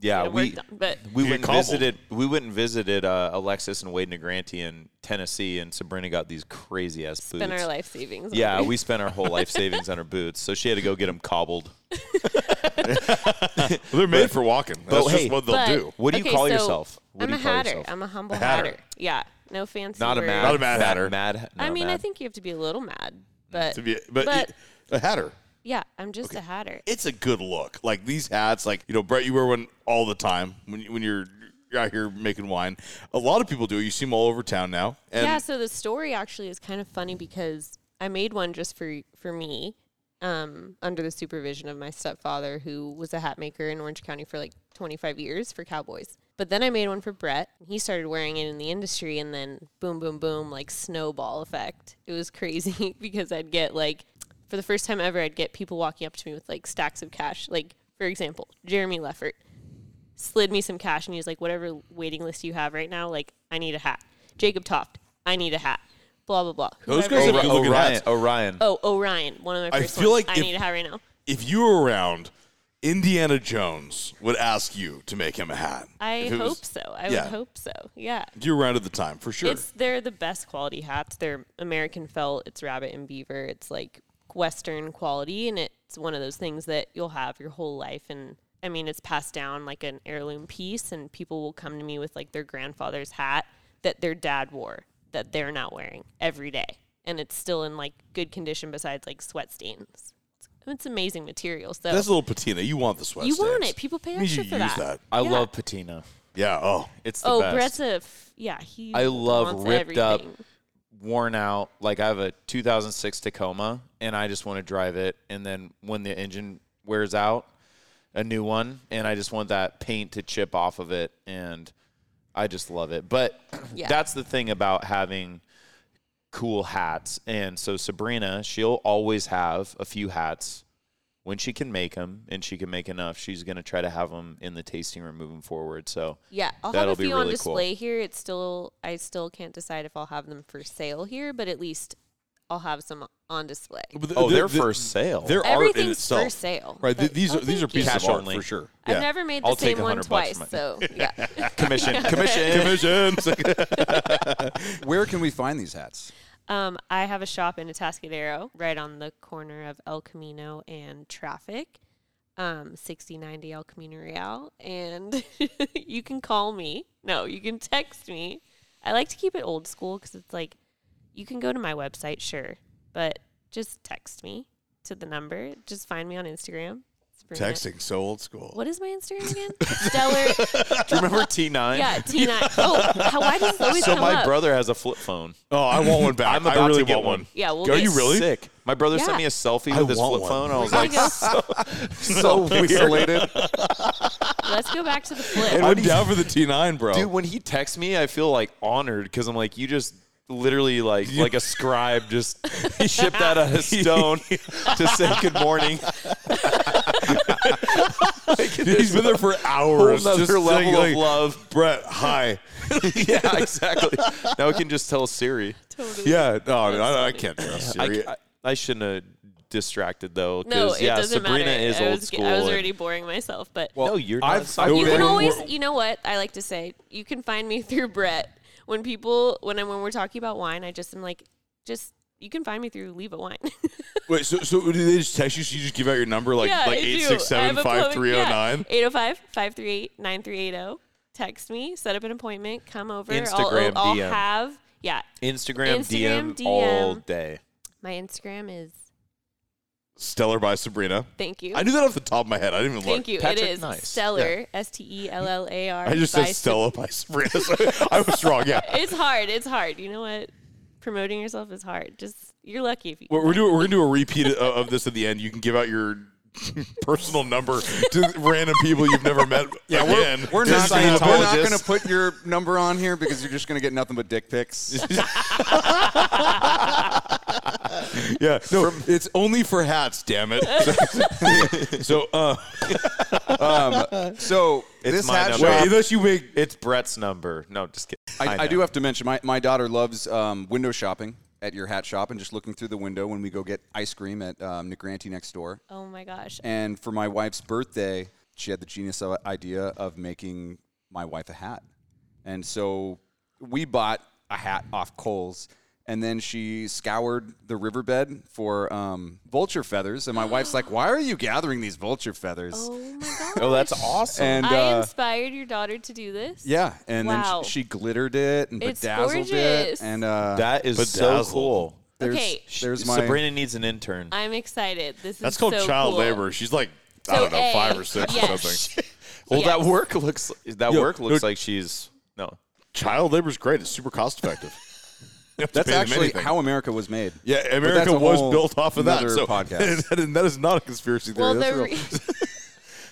Yeah, it we. work done. But We went You get and cobbled. visited. We went and visited uh, Alexis and Wade Negranti in Tennessee, and Sabrina got these crazy ass boots. spent our life savings. on Yeah, it. we spent our whole life savings on her boots, so she had to go get them cobbled. Well, they're made for walking. That's just hey, what they'll But- do. What do you okay, call so yourself? What I'm do you a call hatter. yourself? I'm a humble hatter. hatter. Yeah, no fancy. Not a word. mad. Not a mad hatter. Mad. mad I not mean, I mad. think you have to be a little mad, but To be- but, but- a hatter. yeah, I'm just a hatter. It's a good look. Like these hats, like you know, Brett, you wear one all the time when you- when you're you're out here making wine. A lot of people do. You see them all over town now. And yeah, so the story actually is kind of funny because I made one just for for me um, under the supervision of my stepfather, who was a hat maker in Orange County for like 25 years for cowboys. But then I made one for Brett. and He started wearing it in the industry, and then boom, boom, boom, like snowball effect. It was crazy because I'd get like, for the first time ever, I'd get people walking up to me with like stacks of cash. Like, for example, Jeremy Leffert slid me some cash and he was like, whatever waiting list you have right now, like, I need a hat. Jacob Toft, I need a hat. Blah, blah, blah. Those Whoever- guys Ori- are- Look at Orion. hats. Orion. Oh, Orion, one of my I first feel ones. like I if- need a hat right now. if you were around Indiana Jones would ask you to make him a hat. I If it hope was- so. I yeah. would hope so. Yeah. You were around at the time, for sure. It's they're the best quality hats. They're American felt. It's rabbit and beaver. It's like Western quality, and it's one of those things that you'll have your whole life. And I mean, it's passed down like an heirloom piece, and people will come to me with like their grandfather's hat that their dad wore that they're not wearing every day, and it's still in like good condition besides like sweat stains. It's amazing material. So That's a little patina. You want the sweat you want stains. it. People pay I mean, you extra for use that. I Yeah. love patina. Yeah. Oh, It's the Oh, best. Brett's a f- yeah. He I love wants ripped up, everything. worn out. Like I have a 2006 Tacoma, and I just want to drive it. And then when the engine wears out, a new one, and I just want that paint to chip off of it, and I just love it. But Yeah. that's the thing about having cool hats. And so Sabrina, she'll always have a few hats when she can make them, and she can make enough. She's gonna try to have them in the tasting room moving forward. So Yeah, I'll that'll have a be few on really cool. display here. It's still I still can't decide if I'll have them for sale here, but at least I'll have some on display. But th- Oh, th- they're th- for sale. Their art in Everything's itself, for sale. right? th- Like, these oh, are these are thank pieces you. Cash of art only. for sure. I've never made the I'll take same one 100 bucks twice, from so yeah. commission, commission. Commission. Where can we find these hats? um, I have a shop in Atascadero, right on the corner of El Camino and Traffic, um, sixty ninety El Camino Real, and you can call me. No, you can text me. I like to keep it old school because it's like you can go to my website, sure, but just text me to the number. Just find me on Instagram. Sabrina- Texting so old school. What is my Instagram again? Stellar. Do you remember T9? Yeah, Tina. Oh, how, why does this always So come my up? brother has a flip phone. Oh, I want one back. I'm about I really to get want one. yeah, we'll Go, get you really? Sick. My brother Yeah. sent me a selfie I with his want flip one. phone. I was Gotta like, go. So pixelated. Let's go back to the flip. I'm down for the T9, bro. dude, when he texts me, I feel like honored because I'm like, you just literally like like a scribe just he shipped that out of stone to say good morning. Dude, he's been there for Whole hours. just nother level saying, of like, love. Brett, hi. yeah, exactly. Now we can just tell Siri. Totally. Yeah, no, I, mean, I, I can't trust I, Siri. I, I shouldn't have distracted though. No, 'cause, it yeah, doesn't Sabrina matter. is I old was, school. I was and- already boring myself, but no, you're not. I've- sorry. I've you been- can always, you know what? I like to say, you can find me through Brett. When people, when I, when we're talking about wine, I just am like, just you can find me through Leave a Wine. Wait, so so do they just text you? So you just give out your number like yeah, like eight six seven five three zero nine. 805 538 9380. oh. Text me, set up an appointment, come over. Instagram I'll, I'll DM. have, yeah, Instagram, Instagram, DM all DM. day. my Instagram is, Stellar by Sabrina. thank you. I knew that off the top of my head. I didn't even look. Thank you. Patrick it is Nice. Stellar, S T E L L A R. I just by said Stella by Sabrina. So I was wrong. Yeah. it's hard. It's hard. You know what? Promoting yourself is hard. Just you're lucky if you. We're, we're doing we're gonna do a repeat of, of this at the end. You can give out your personal number to random people you've never met. Yeah, again. We're not, Disney gonna, we're not apologist. gonna put your number on here because you're just gonna get nothing but dick pics. yeah. No, it's only for hats. Damn it. so uh, So this my hat number. shop, wait, unless you make It's Brett's number. No, just kidding. I, I, do have to mention my, my daughter loves um, window shopping at your hat shop and just looking through the window when we go get ice cream at um, Negrante next door. Oh my gosh. And for my wife's birthday, she had the genius of- idea of making my wife a hat. And so we bought a hat off Kohl's. And then she scoured the riverbed for um, vulture feathers. And my wife's like, Why are you gathering these vulture feathers? Oh my gosh. Oh, that's awesome. And I uh, inspired your daughter to do this. yeah. And Wow. then she, she glittered it and It's bedazzled it. gorgeous. And uh, that is so Bedazzled. cool. there's, Okay. there's my. Sabrina needs an intern. I'm excited. This that's is called so child cool. labor. She's like I So don't know A, five or six or yes. something. well, that Yes. work looks that Yo, work looks no- like she's no. Child labor is great. It's super cost effective. You don't have to That's pay them actually anything. how America was made. Yeah, But America that's a was whole built off of that. nother So podcast. that is- that is not a conspiracy theory. Well, That's the, real. re-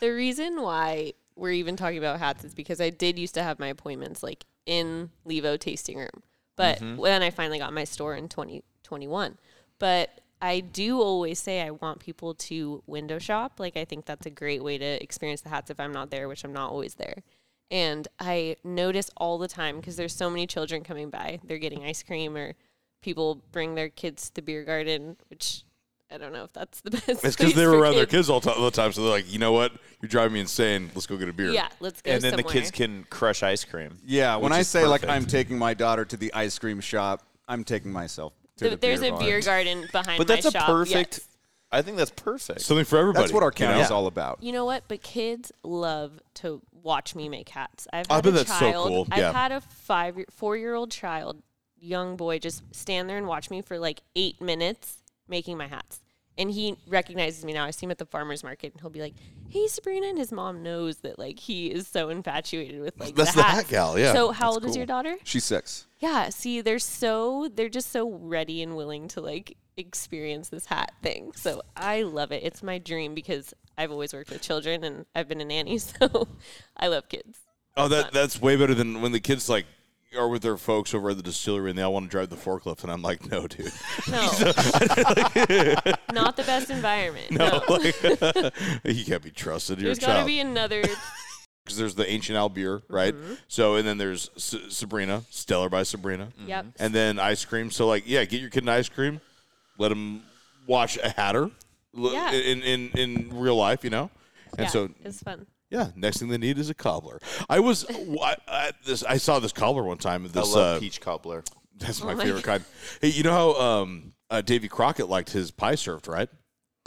the reason why we're even talking about hats is because I did used to have my appointments like in Levo tasting room, but Mm-hmm. when I finally got my store in 2021, but I do always say I want people to window shop. Like I think that's a great way to experience the hats if I'm not there, which I'm not always there. And I notice all the time because there's so many children coming by. They're getting ice cream or people bring their kids to the beer garden, which I don't know if that's the best. It's because place they were for around their kids all the time, so they're like, you know what? You're driving me insane. Let's go get a beer. Yeah, let's go. and then the kids somewhere. can crush ice cream. Yeah, when which I is say like perfect. I'm taking my daughter to the ice cream shop, I'm taking myself to Th- the There's beer a bar. beer garden behind but that's my a shop. perfect. yes. I think that's perfect. Something for everybody. That's what our you know? county's all about. You know what? But kids love to watch me make hats. I've I had bet a that's so child. cool. I've Yeah. had a five, four year old child, young boy, just stand there and watch me for like eight minutes making my hats. And he recognizes me now. I see him at the farmer's market, and he'll be like, "Hey, Sabrina!" And his mom knows that like he is so infatuated with like That's the hats. hat gal, yeah. So how That's old is cool. your daughter? She's six. Yeah. See, they're so they're just so ready and willing to like experience this hat thing. So I love it. It's my dream because I've always worked with children and I've been a nanny, so I love kids. Oh, that that's way better than when the kids like are with their folks over at the distillery and they all want to drive the forklift, and I'm like, no, dude. No, not the best environment. No, like, you can't be trusted. You're there's a got to child. be another. Because there's the ancient Al beer, right? So, and then there's S- Sabrina, Stellar by Sabrina, Yep. and then ice cream. So, like, yeah, get your kid an ice cream, let him watch a Hatter l- Yeah. in, in in real life, you know. And yeah, so, it's fun. yeah, next thing they need is a cobbler. I was I, I, this. I saw this cobbler one time. This I love uh, peach cobbler. That's my, my favorite kind. Hey, you know how um, uh, Davy Crockett liked his pie served, right?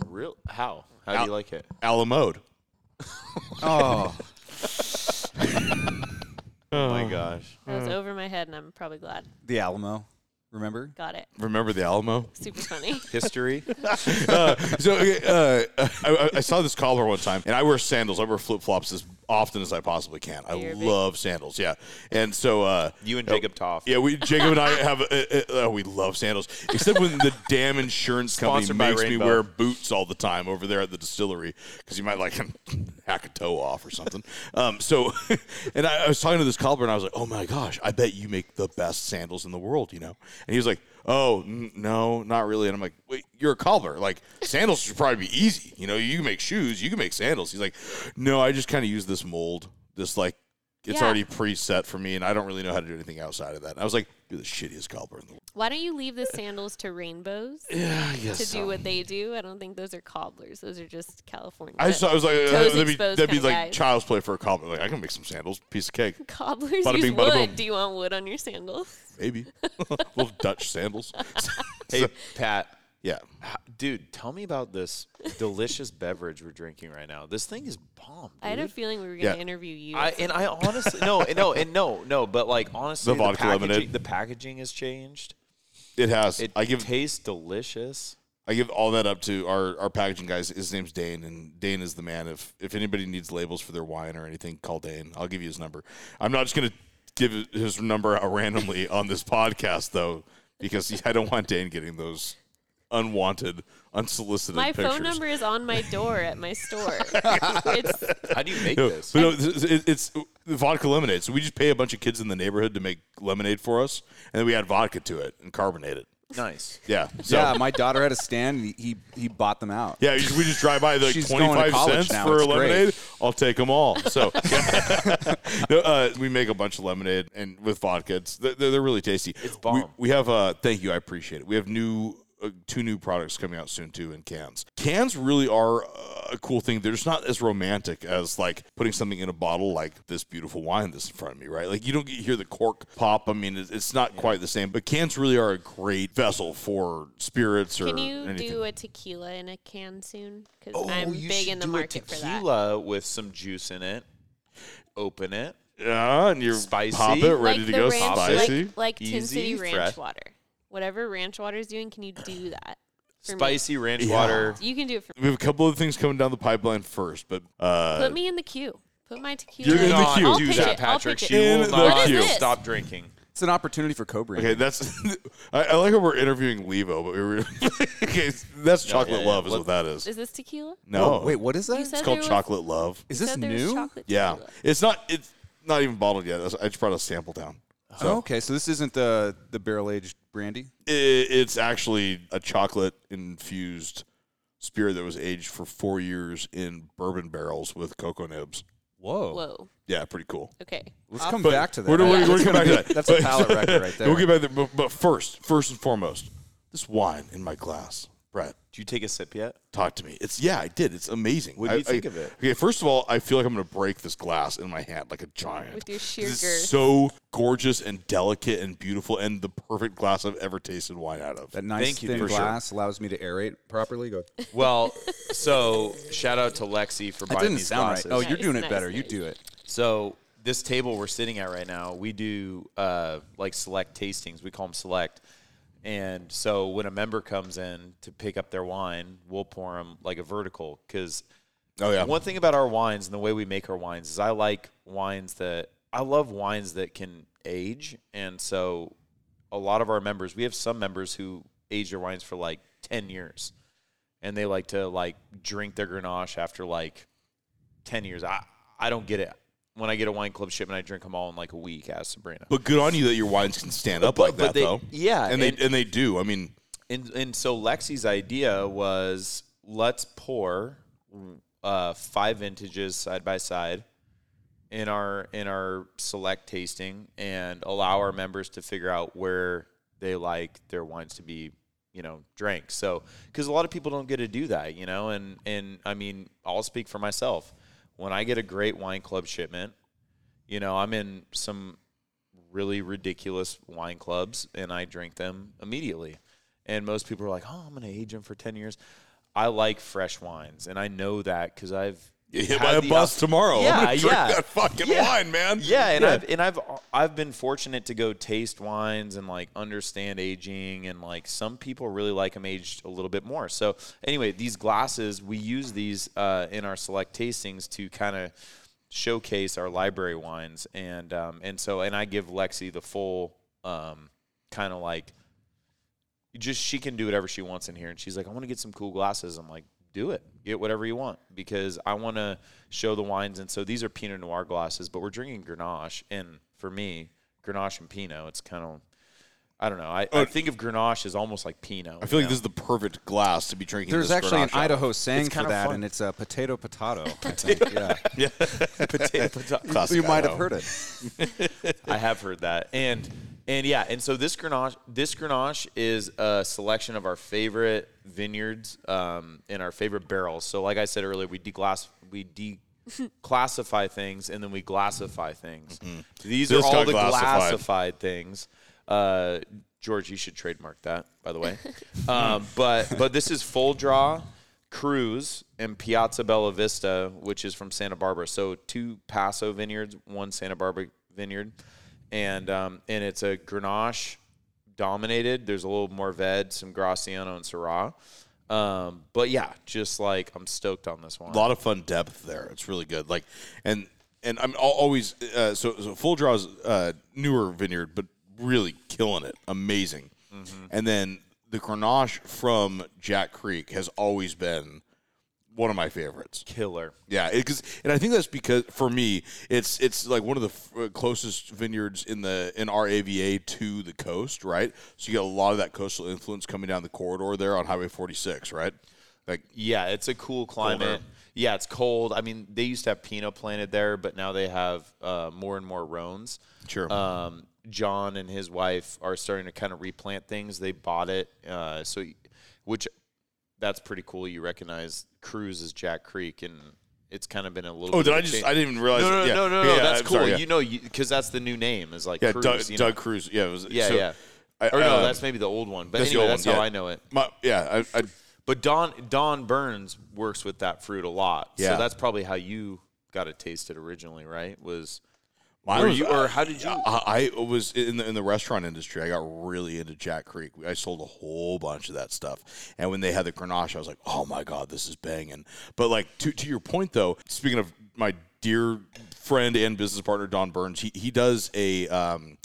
Real? How? How do you like it? A la mode. Oh, Oh my gosh. That was over my head, and I'm probably glad. the Alamo. Remember? Got it. Remember the Alamo? Super funny. History. So uh, I, I- I saw this collar one time, and I wear sandals. I wear flip flops as often as I possibly can. I You're a big- love sandals. Yeah, and so uh, you and Jacob Toff. yeah, we Jacob and I have uh, uh, oh, we love sandals. Except when the damn insurance company Sponsored by makes me Rainbow. wear boots all the time over there at the distillery because you might like hack a toe off or something. Um, so, and I, I was talking to this cobbler and I was like, "Oh my gosh, I bet you make the best sandals in the world," you know? And he was like, "Oh n- no, not really." And I'm like, "Wait, you're a cobbler. Like sandals should probably be easy. You know, you can make shoes, you can make sandals." He's like, "No, I just kind of use this mold, this like." It's Yeah. already preset for me, and I don't really know how to do anything outside of that. And I was like, "You're the shittiest cobbler in the world." Why don't you leave the sandals to rainbows Yeah, I to do what they do? I don't think those are cobblers. Those are just California. I just thought I was like, uh, Toes that'd be, exposed that'd be kinda like guys. child's play for a cobbler. Like, I can make some sandals, piece of cake, Cobblers Bada use bing, bada wood. boom. Do you want wood on your sandals? maybe little Dutch sandals. Hey, Pat. yeah, h- Dude, tell me about this delicious beverage we're drinking right now. This thing is bomb. I had a dude. feeling we were going Yeah. to interview you. I and I honestly no and no and no no but like honestly The vodka packaging, lemonade. the packaging has changed. it has. It I give tastes delicious. I give all that up to our, our packaging guys. His name's Dane, and Dane is the man. If if anybody needs labels for their wine or anything, call Dane. I'll give you his number. I'm not just gonna give his number out randomly on this podcast though, because I don't want Dane getting those unwanted, unsolicited. my pictures. phone number is on my door at my store. it's, How do you make No, this? but no, it's, it's- it's vodka lemonade. So we just pay a bunch of kids in the neighborhood to make lemonade for us, and then we add vodka to it and carbonate it. Nice. Yeah. So, yeah, yeah. my daughter had a stand. and He he, he bought them out. we just- we just drive by. They're like She's going to 25 college cents now. for a It's great. lemonade. I'll take them all. So No, uh, we make a bunch of lemonade and with vodka. It's, they're, they're really tasty. It's bomb. We, we have, uh, thank you. I appreciate it. We have new, uh, two new products coming out soon too in cans. Cans really are uh, a cool thing. They're just not as romantic as like putting something in a bottle like this beautiful wine that's in front of me, right? Like you don't get, hear the cork pop. I mean, it's, it's not quite the same, but cans really are a great vessel for spirits or can you anything. Oh, do a tequila in a can soon? Because I'm Oh, you big should in the do market a for tequila that. with some juice in it. Open it. yeah, and you're Spicy? pop it, ready like to the go, ranch, spicy. Like, like Tin Easy, City Ranch fresh. water. Whatever ranch water is doing, can you do that? for me? Spicy ranch Yeah. water. You can do it for me. we have a couple of things coming down the pipeline first, but uh, Put me in the queue. Put my tequila You're in in the Not queue. I'll do pitch that, it. I'll Patrick. pitch She it. In will the not queue. stop drinking. It's an opportunity for co-brand. Okay, that's. I, I like how we're interviewing Levo, but we were. okay, that's chocolate yeah, yeah. love, is what Oh, that is. Is this tequila? no, wait, what is that? You said It's called there was- chocolate love. is you this said there was new? chocolate Yeah, tequila. it's not. It's not even bottled yet. That's- I just brought a sample down. So Oh, okay, so this isn't the the barrel aged brandy. i- it's actually a chocolate infused spirit that was aged for four years in bourbon barrels with cocoa nibs. Oh. Whoa. Whoa. Yeah, pretty cool. Okay. Let's come But back to that. We're, we're, we're That's coming gonna back to be- that. That's a But- palate record right there. We'll get back there. But, but first, first and foremost, this wine in my glass Brett, Did you take a sip yet? talk to me. It's yeah, I did. It's amazing. What do I- you think I- of it? Okay, first of all, I feel like I'm gonna break this glass in my hand like a giant. With your sheer This girth. is so gorgeous and delicate and beautiful, and the perfect glass I've ever tasted wine out of. That nice Thank you, thin dude. For sure. glass allows me to aerate properly. Go. Well, so shout out to Lexi for That buying didn't these sound glasses. right. Oh, you're Nice, doing it nice, better. You nice. do it. So this table we're sitting at right now, we do uh, like select tastings. We call them select. And so when a member comes in to pick up their wine, we'll pour them like a vertical. Because oh yeah, one thing about our wines and the way we make our wines is I like wines that I love wines that can age. And so a lot of our members, we have some members who age their wines for like 10 years and they like to like drink their Grenache after like 10 years. I, I don't get it. When I get a wine club shipment, I drink them all in like a week, as Sabrina. but good on you that your wines can stand up but like that they- though. yeah, and, and- they and they do. I mean, And and so Lexi's idea was let's pour uh, five vintages side by side in our in our select tasting and allow our members to figure out where they like their wines to be you know drank so because a lot of people don't get to do that you know and and i mean i'll speak for myself when i get a great wine club shipment you know i'm in some really ridiculous wine clubs and I drink them immediately. And most people are like, "Oh, I'm going to age them for 10 years." I like fresh wines and I know that cuz I've get hit had by a the bus op- tomorrow. Yeah, I'm gonna drink yeah. that fucking Yeah. wine, man. Yeah, and I've and I've I've been fortunate to go taste wines and like understand aging and like some people really like them aged a little bit more. So anyway, these glasses we use these uh, in our select tastings to kind of showcase our library wines and um, and so and I give Lexi the full um, kind of like just she can do whatever she wants in here. And she's like, I want to get some cool glasses. I'm like, do it. Get whatever you want because I want to show the wines. And so these are Pinot Noir glasses, but we're drinking Grenache. And for me, Grenache and Pinot, it's kind of, I don't know. I, I think of Grenache as almost like Pinot. Oh, I feel like this is the perfect glass to be drinking. There's this actually an Grenache out of. Idaho saying for kinda that, fun. and it's a potato potato. I think. Yeah. Classic you might Idaho. have heard it. I have heard that. And and yeah, and so this Grenache this Grenache is a selection of our favorite vineyards um, and our favorite barrels. So like I said earlier, we deglass we declassify things and then we glassify things. These Mm-hmm. are This all got the classified. classified things. Uh, George, you should trademark that, by the way. um, but but this is full draw, Cruz, and Piazza Bella Vista, which is from Santa Barbara. So two Paso vineyards, one Santa Barbara vineyard, and um, and it's a Grenache dominated. There's a little Morved, some Graciano, and Syrah. Um, but yeah, just like I'm stoked on this one. a lot of fun depth there. It's really good. Like, and and I'm al- always uh, so, so Full Draw's uh, newer vineyard, but really killing it, amazing. Mm-hmm. And then the Grenache from Jack Creek has always been one of my favorites. Killer. Yeah, because and I think that's because for me, it's it's like one of the f- uh, closest vineyards in the in our AVA to the coast, right? So you get a lot of that coastal influence coming down the corridor there on Highway 46, right? Like Yeah, it's a cool climate. Yeah, it's cold. I mean, they used to have Pinot planted there, but now they have uh, more and more Rhones. Sure. Um, John and his wife are starting to kind of replant things. They bought it, uh, so which that's pretty cool. You recognize Cruz as Jack Creek, and it's kind of been a little. Oh, bit did of I a just? change. I didn't even realize. No, no, yeah. no, no, no. Yeah, that's I'm cool. sorry, yeah. You know, because that's the new name is like yeah, Cruz. Doug, you know? Doug Cruz. Yeah, it was, Yeah, so, yeah. I, or no, uh, that's maybe the old one. But that's the anyway, old that's one, how yeah. I know it. My, yeah, I, I, But Don Don Burns works with that fruit a lot. Yeah. So that's probably how you got it tasted originally, right? Was mine Were was- you- or how did you- I, I was in the in the restaurant industry. I got really into Jack Creek. I sold a whole bunch of that stuff. And when they had the Grenache, I was like, oh my god, this is banging. But like to to your point though, speaking of my dear friend and business partner Don Burns, he he does a. Um,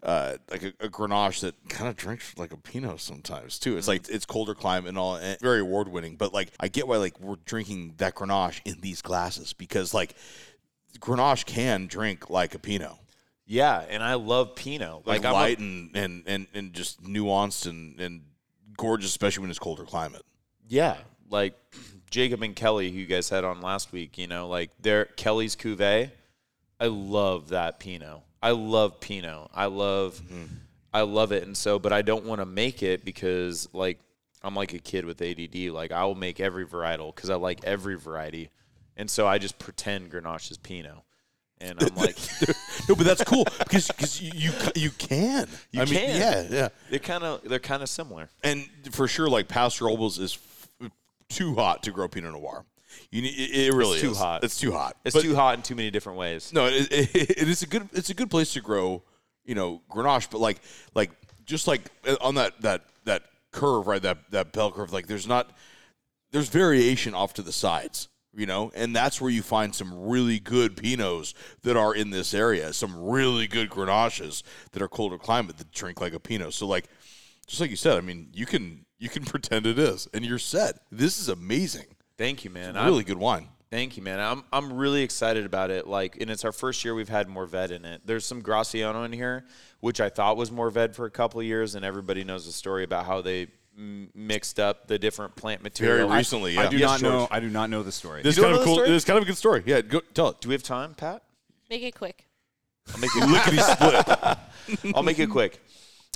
uh, like a, a Grenache that kind of drinks like a Pinot sometimes too. It's Mm-hmm. like it's colder climate and all, and very award winning. But like I get why like we're drinking that Grenache in these glasses because like Grenache can drink like a Pinot, yeah, and I love Pinot. like, Like, I'm a- light and, and and and just nuanced and and gorgeous, especially when it's colder climate. yeah, like Jacob and Kelly, who you guys had on last week. You know, like their Kelly's Cuvée. I love that Pinot. I love Mm-hmm. Pinot. I love, I love it. And so, but I don't want to make it because like I'm like a kid with ADD. Like I will make every varietal because I like every variety, and so I just pretend Grenache is Pinot, and I'm like, No, but that's cool because because you you ca- you can. You I mean, can. Yeah, yeah. they're kind of they're kind of similar. and for sure, like Pastor Robles is f- too hot to grow Pinot Noir. You need, it, it really It's too is. hot. It's too hot. It's But- too hot in too many different ways. No, it, it, it is a good. It's a good place to grow. You know, Grenache, but like like just like uh, on that that that curve, right? That that bell curve. Like there's not there's variation off to the sides. You know, and that's where you find some really good pinots that are in this area. Some really good Grenaches that are colder climate that drink like a pinot. So like just like you said, I mean, you can you can pretend it is, and you're set. This is amazing. Thank you, man. I'm- really good wine. Thank you, man. I'm I'm really excited about it. Like, and it's our first year we've had Morved in it. There's some Graciano in here, which I thought was Morved for a couple of years, and everybody knows the story about how they m- mixed up the different plant Very material. recently, yeah. I do Yes, not know. George. I do not know the story. This is You kind don't know the of a cool. story? This is kind of a good story. Yeah, go tell it. Do we have time, Pat? Make it quick. I'll make it lickety split. I'll make it quick.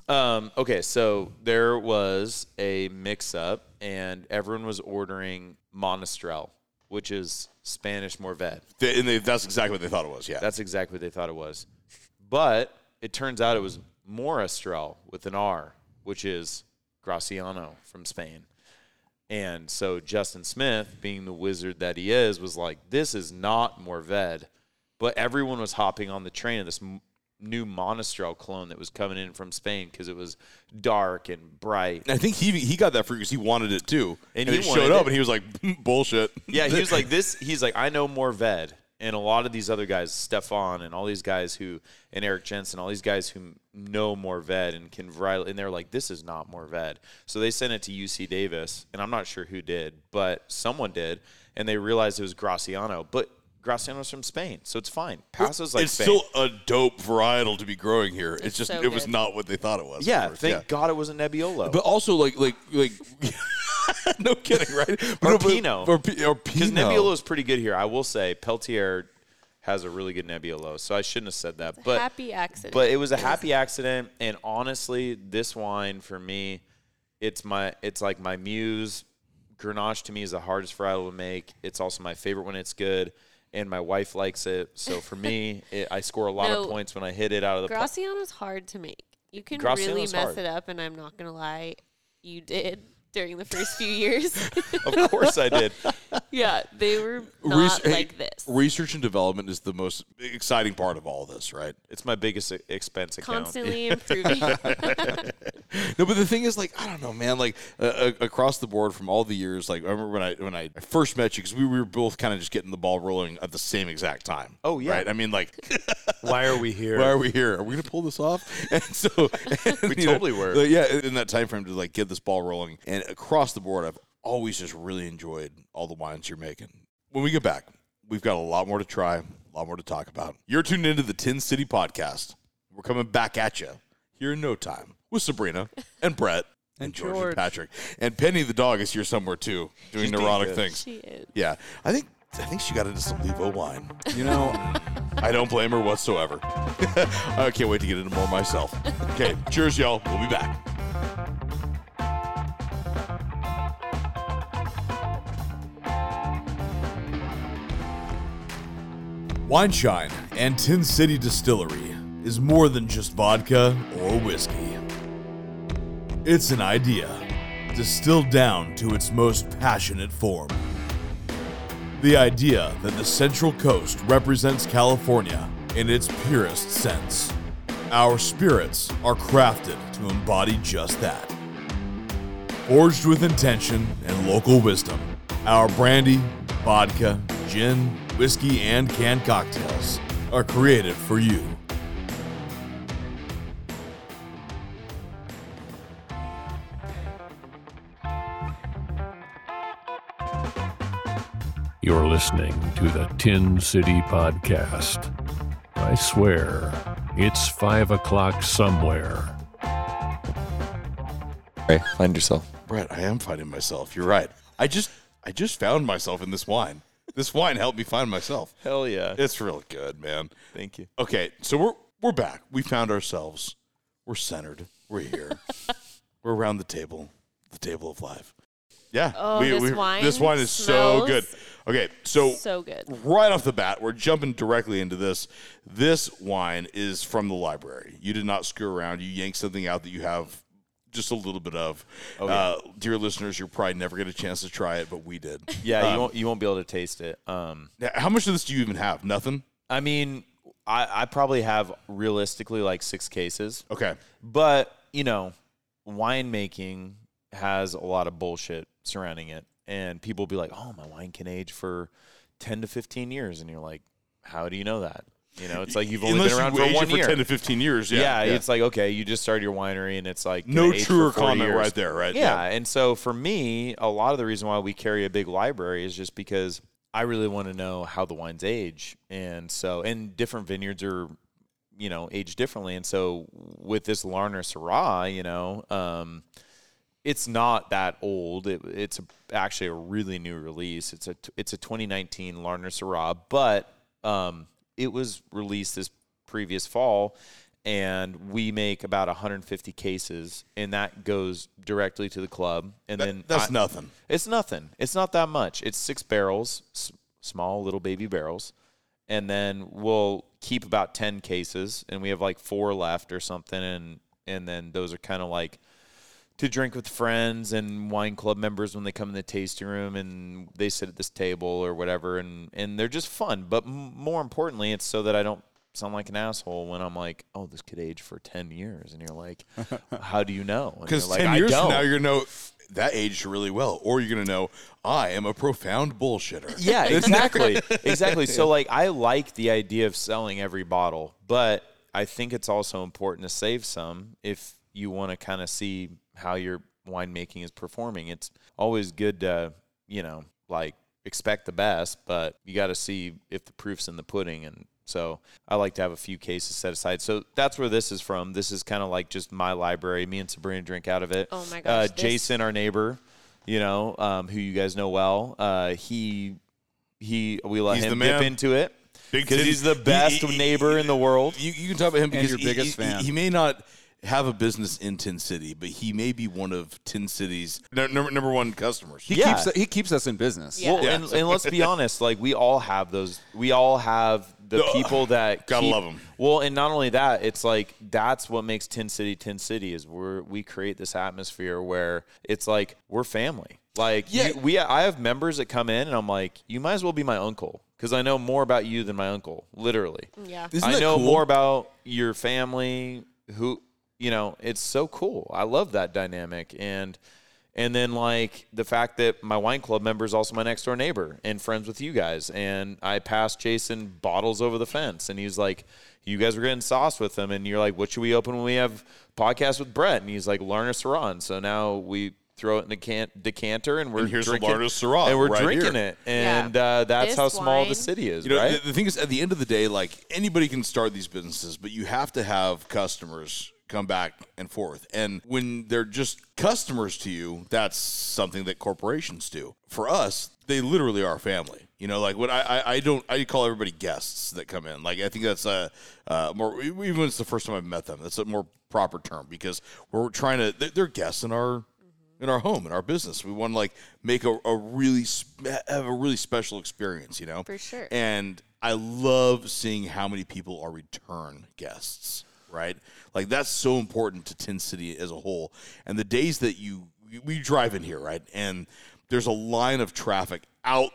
Um, okay, so there was a mix-up, and everyone was ordering Monastrell, which is Spanish Morved. They, and they, that's exactly what they thought it was. Yeah. That's exactly what they thought it was. But it turns out it was Morastrell with an R, which is Graciano from Spain. And so Justin Smith, being the wizard that he is, was like, this is not Morved. But everyone was hopping on the train of this m- new Monastrell clone that was coming in from Spain because it was dark and bright. And I think he he got that for because he wanted it too. And And, he he showed wanted up it. and he was like, "Hmm, bullshit. Yeah, he was like this. He's like, I know Morved and a lot of these other guys, Stefan and all these guys who, and Eric Jensen, all these guys who know Morved and can varietal, and they're like, this is not Morved. So they sent it to UC Davis, and I'm not sure who did, but someone did, and they realized it was Graciano, but Graciano's from Spain, so it's fine. Paso's like it's Spain. still a dope varietal to be growing here. It's, It's just so it was good. not what they thought it was. yeah, Of course, thank God it was a Nebbiolo. But also like like like no kidding, right? Or No, but- Pinot. Or, P- or Because Pinot. Nebbiolo is pretty good here. I will say Peltier has a really good Nebbiolo, so I shouldn't have said that. But happy accident. But it was a happy accident, and honestly, this wine for me, it's my it's like my muse. Grenache to me is the hardest varietal to make. It's also my favorite when it's good, and my wife likes it. So for me, it, I score a lot of No. points when I hit it out of the. park. Graciano's hard to make. You can really Graciano's mess hard. it up, and I'm not gonna lie, you did during the first few years. of course, I did. yeah, they were not Rese- hey, like this. Research and development is the most exciting part of all this, right? It's my biggest e- expense account. Constantly improving. No, but the thing is, like, I don't know, man. Like, uh, uh, across the board from all the years, like, I remember when I when I first met you because we were both kind of just getting the ball rolling at the same exact time. Oh, yeah. right. I mean, like, Why are we here? why are we here? Are we gonna pull this off? And so we totally were. yeah, in that time frame to like get this ball rolling, and across the board, I've always just really enjoyed all the wines you're making. When we get back, we've got a lot more to try, a lot more to talk about. You're tuned into the Tin City Podcast. We're coming back at you here in no time with Sabrina and Brett. And, George, and George. Patrick and Penny the dog is here somewhere too, doing doing neurotic good. things. she is. Yeah, I think I think she got into some Levo wine. You know. I don't blame her whatsoever. I can't wait to get into more myself. Okay, cheers, y'all. We'll be back. Wineshine and Tin City Distillery is more than just vodka or whiskey. It's an idea distilled down to its most passionate form. The idea that the Central Coast represents California in its purest sense. Our spirits are crafted to embody just that. Forged with intention and local wisdom, our brandy, vodka, gin, whiskey, and canned cocktails are created for you. You're listening to the Tin City Podcast. I swear, it's five o'clock somewhere. find yourself. Brett, I am finding myself. You're right. I just I just found myself in this wine. This wine helped me find myself. Hell yeah! It's real good, man. Thank you. Okay, so we're we're back. We found ourselves. We're centered. We're here. we're around the table. the table of life. Yeah. Oh, this wine this wine is so smells good. Okay, so so good. right off the bat, we're jumping directly into this. This wine is from the library. You did not screw around. You yanked something out that you have just a little bit of. Oh, uh, dear listeners, you're probably never get a chance to try it, but we did. Yeah, Um, you won't you won't be able to taste it. Um, now, how much of this do you even have? Nothing. I mean, I, I probably have realistically like six cases, Okay. but you know, winemaking has a lot of bullshit surrounding it, and people be like, "Oh, my wine can age for ten to fifteen years," and you're like, "How do you know that?" You know, it's like you've only Unless been around you for age one it for year. ten to fifteen years. Yeah. yeah, it's like okay, you just started your winery, and it's like no gonna age for truer 40 comment years. right there. Right. Yeah, and so for me, a lot of the reason why we carry a big library is just because I really want to know how the wines age, and so and different vineyards are, you know, age differently, and so with this Larner Syrah, you know, um, it's not that old. It, it's a, actually a really new release. It's a t- it's a 2019 Larner Syrah, but um, it was released this previous fall, and we make about 150 cases, and that goes directly to the club. And That- then that's I- nothing. It's nothing. It's not that much. It's six barrels, s- small little baby barrels, and then we'll keep about 10 cases, and we have like four left or something, and and then those are kind of like to drink with friends and wine club members when they come in the tasting room and they sit at this table or whatever and and they're just fun but m- more importantly it's so that i don't sound like an asshole when i'm like oh this could age for 10 years and you're like how do you know And Because you're like, ten "I years from don't." now, you're gonna know that aged really well, or you're gonna know I am a profound bullshitter. yeah exactly exactly so like i like the idea of selling every bottle but i think it's also important to save some if you want to kind of see how your winemaking is performing it's always good to you know like expect the best but you got to see if the proof's in the pudding and so i like to have a few cases set aside so that's where this is from this is kind of like just my library me and sabrina drink out of it Oh my uh, gosh, this- jason our neighbor you know um, who you guys know well uh, he he we let He's the him man. dip into it Big because titties. he's the He- best he- neighbor in the world. You, you can talk about him because your he- biggest he, fan. He, may not have a business in Tin City, but he may be one of Tin City's nu- number number one customers. He Yeah. keeps he keeps us in business. Yeah. Well, and, and let's be honest, like we all have those. We all have the Ugh. people that Gotta keep- love 'em. Well, and not only that, it's like that's what makes Tin City Tin City is we're we create this atmosphere where it's like we're family. Like yeah. we I have members that come in and I'm like, you might as well be my uncle because I know more about you than my uncle, literally. Yeah. Isn't I that know cool? more about your family who you know it's so cool i love that dynamic and and then like the fact that my wine club member is also my next door neighbor and friends with you guys and i passed jason bottles over the fence and he's like you guys were getting sauce with them and you're like what should we open when we have podcast with brett and he's like Larner Saran. so now we throw it in a can- decanter and we're And here's the drinking Larner Syrah and we're right drinking here. it and Yeah. uh, that's This how small the wine- city is You know, right the, the thing is, at the end of the day, like anybody can start these businesses, but you have to have customers come back and forth. And when they're just customers to you, that's something that corporations do. For us, they literally are family. You know, like when I, I, I don't, I call everybody guests that come in. Like I think that's a, uh more, even when it's the first time I've met them, that's a more proper term because we're trying to, they're, they're guests in our in our home, in our business. We want to like make a, a really sp- have a really special experience, you know. For sure. And I love seeing how many people are return guests, right? Like that's so important to Tin City as a whole. And the days that you we drive in here, right, and there's a line of traffic out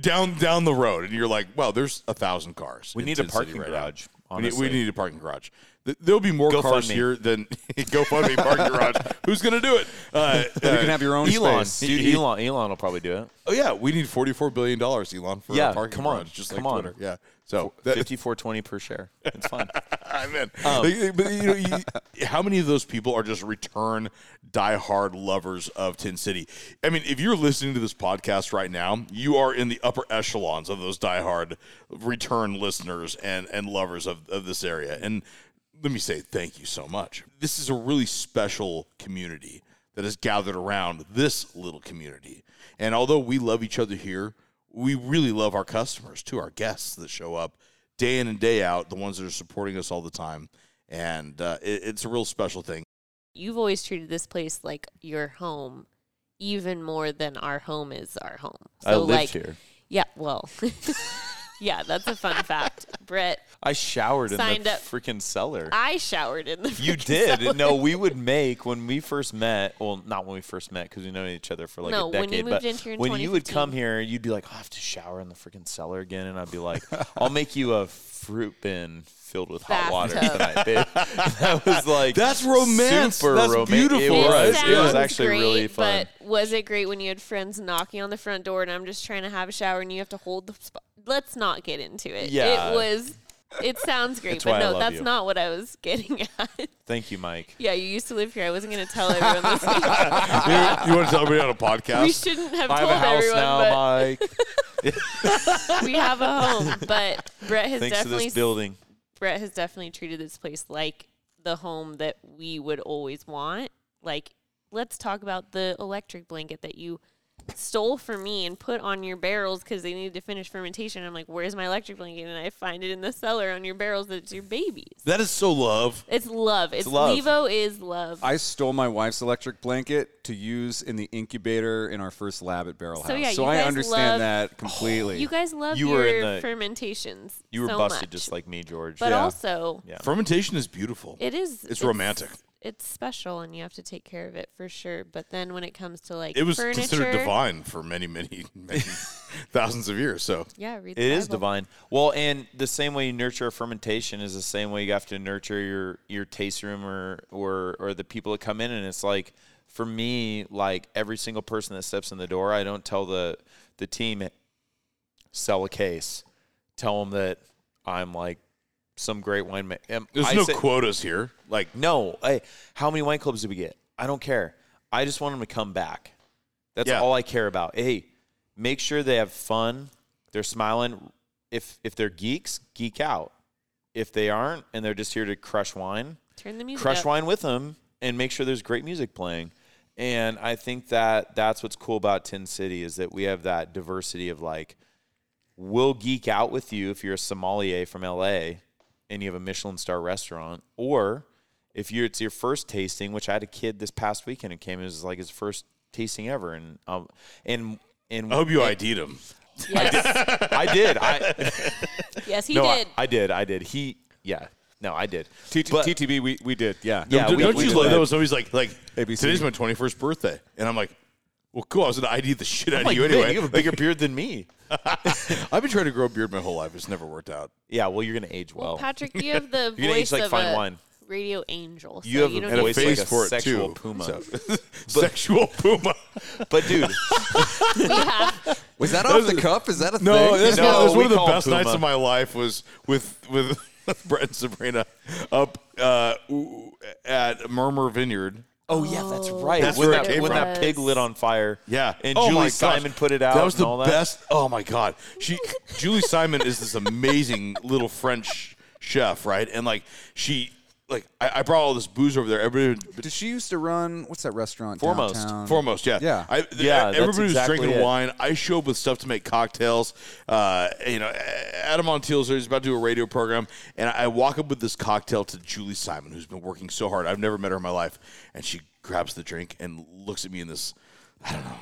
down down the road, and you're like, wow, there's a thousand cars. We in need a Tin City parking now. garage, We need, we honestly. need a parking garage. Th- There'll be more GoFundMe. cars here than GoFundMe parking garage. Who's gonna do it? Uh, You can have your own elon space. dude elon elon will probably do it Oh yeah, we need forty-four billion dollars, Elon, for Yeah, our parking come on, garage, just come like on. Twitter. Yeah, so that, Fifty-four twenty per share. It's fine. I'm in. Um, Like, but you know, you, how many of those people are just return diehard lovers of Tin City? I mean, if you're listening to this podcast right now, you are in the upper echelons of those diehard return listeners and and lovers of, of this area. And let me say thank you so much. This is a really special community that has gathered around this little community. And although we love each other here, we really love our customers too, our guests that show up day in and day out, the ones that are supporting us all the time. And uh, it, it's a real special thing. You've always treated this place like your home, even more than our home is our home. So I lived like, here. Yeah, well, yeah, that's a fun fact. Brett, I showered in Signed the up. freaking cellar. I showered in the. you freaking did. cellar. No, we would make when we first met. Well, not when we first met because we know each other for like No, a when you decade. moved but in here in when you would come 2015. here, you'd be like, "Oh, "I have to shower in the freaking cellar again," and I'd be like, "I'll make you a fruit bin filled with hot water tonight, Bathtub. babe." that was like That's romance. Super That's romantic. It beautiful. It was. It was sounds actually great, really fun. But was it great when you had friends knocking on the front door and I'm just trying to have a shower and you have to hold the spot? Let's not get into it. Yeah. It was. It sounds great, That's why but I no, love that's you. not what I was getting at. Thank you, Mike. Yeah, you used to live here. I wasn't going to tell everyone this. you, want to tell me on a podcast? we shouldn't have I told have a house everyone, now, but Mike. we have a home. But Brett has Thanks to definitely this building. Brett has definitely treated this place like the home that we would always want. Like, let's talk about the electric blanket that you stole from me and put on your barrels because they needed to finish fermentation. I'm like, where's my electric blanket? And I find it in the cellar on your barrels that's your babies. that is so love. It's love. It's, love. Levo is love. I stole my wife's electric blanket to use in the incubator in our first lab at Barrel So, House. yeah, so you I guys love- understand that completely. you guys love You were your in the- fermentations. You were so busted much. just like me, George. But also, Yeah. Fermentation is beautiful. it is. It's romantic. It's special, and you have to take care of it for sure. But then when it comes to like It was furniture, considered divine for many, many, many thousands of years. So Yeah, read the It is Bible. divine. Well, and the same way you nurture fermentation is the same way you have to nurture your your taste room or or or the people that come in. And it's like for me, like every single person that steps in the door, I don't tell the the team sell a case. Tell them that I'm like some great winemaker. Um, there's no quotas here. Like No, I, how many wine clubs did we get? I don't care. I just want them to come back. That's Yeah. all I care about. Hey, make sure they have fun. They're smiling. If if they're geeks, geek out. If they aren't and they're just here to crush wine, Turn the music crush up. wine with them and make sure there's great music playing. And I think that that's what's cool about Tin City is that we have that diversity of like, we'll geek out with you if you're a sommelier from LA and you have a Michelin star restaurant, or if you're it's your first tasting, which I had a kid this past weekend who came it was like his first tasting ever, and um, and and I hope you ID'd him. Yes, I did, I yes, he no, I, did. I did, I did. He, yeah, no, I did. T- But- TTB, we, we did, yeah. Yeah, don't we- don't we you did love that. that? So he's like, like ABC. today's my 21st birthday, and I'm like, well, cool. I was gonna ID the shit out Like, of you anyway. man, you have a bigger beard than me. I've been trying to grow a beard my whole life. It's never worked out. Yeah, well, you're gonna age well. Well, Patrick, you have the You're gonna eat voice like of fine a wine. radio angel. So You you have don't a need voice to- like face a for it, sexual too. puma. Sexual puma. But dude, Was that off the cuff? Is that a No, thing? that's No, not, that's we one of the call him best nights Puma. of my life was with with Brett and Sabrina up uh, ooh, at Murmur Vineyard. oh yeah, that's right. That's when where it that, came when from. that pig lit on fire. Yeah, and Oh my Julie gosh. Simon put it out. That was and the all that. best. Oh my god, she Julie Simon is this amazing little French chef, right? And like she, like I, I brought all this booze over there. Everybody Did she used to run, what's that restaurant? Foremost. downtown? foremost, yeah, Yeah. I, Yeah, that's everybody was exactly drinking it. wine. I showed up with stuff to make cocktails. Uh, you know, Adam Montiel is about to do a radio program, and I walk up with this cocktail to Julie Simon, who's been working so hard. I've never met her in my life, and she grabs the drink and looks at me in this, I don't know,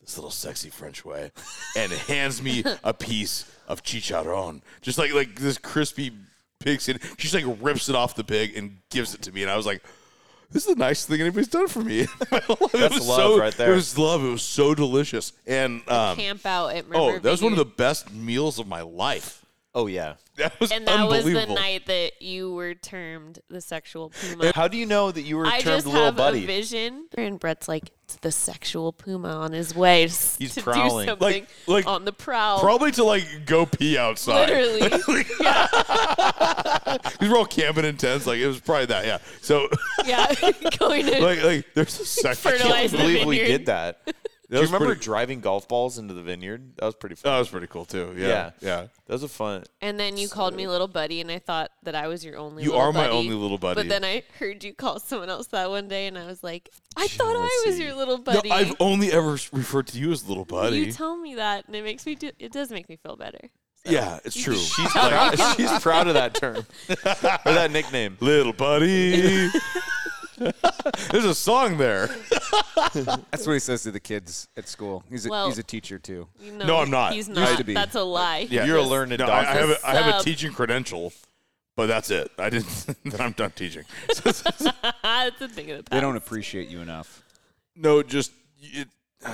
this little sexy French way, and hands me a piece of chicharron, just like like this crispy pig skin. She just like rips it off the pig and gives it to me, and I was like. This is the nicest thing anybody's done for me. That's That's love right there. It was love. It was so delicious. And um, camp out at Murmur oh, that was one of the Vineyard. best meals of my life. Oh yeah. That was And that was the unbelievable. night that you were termed the sexual puma. How do you know that you were I termed just little have buddy? a vision, and Brett's like it's the sexual puma on his way s- He's to prowling. do something Like- like on the prowl. Probably to like go pee outside. Literally, we were all camping in tents. Like it was probably that. Yeah. So yeah, going to like like there's a section. I fertilize can't the believe vineyard. we did that. Do you was remember pretty- driving golf balls into the vineyard? That was pretty fun. That was pretty cool too. Oh, Yeah. Yeah. That was a fun. And then you called me little buddy, and I thought that I was your only. You little are my buddy. only little buddy. But then I heard you call someone else that one day, and I was like, I thought I was your little buddy. No, I've only ever referred to you as little buddy. You tell me that, and it makes me. Do, it does make me feel better. yeah, it's true. She's, proud, she's proud of that term or that nickname. little buddy. There's a song there. That's what he says to the kids at school. He's a, Well- he's a teacher too. You No, I'm not. He's Used not. to be. That's a lie. You're a learned no, I, doctor. I have a, I have a Sub. teaching credential, but that's it. I didn't. I'm done teaching. it's a thing of the past. They don't appreciate you enough. no, just it,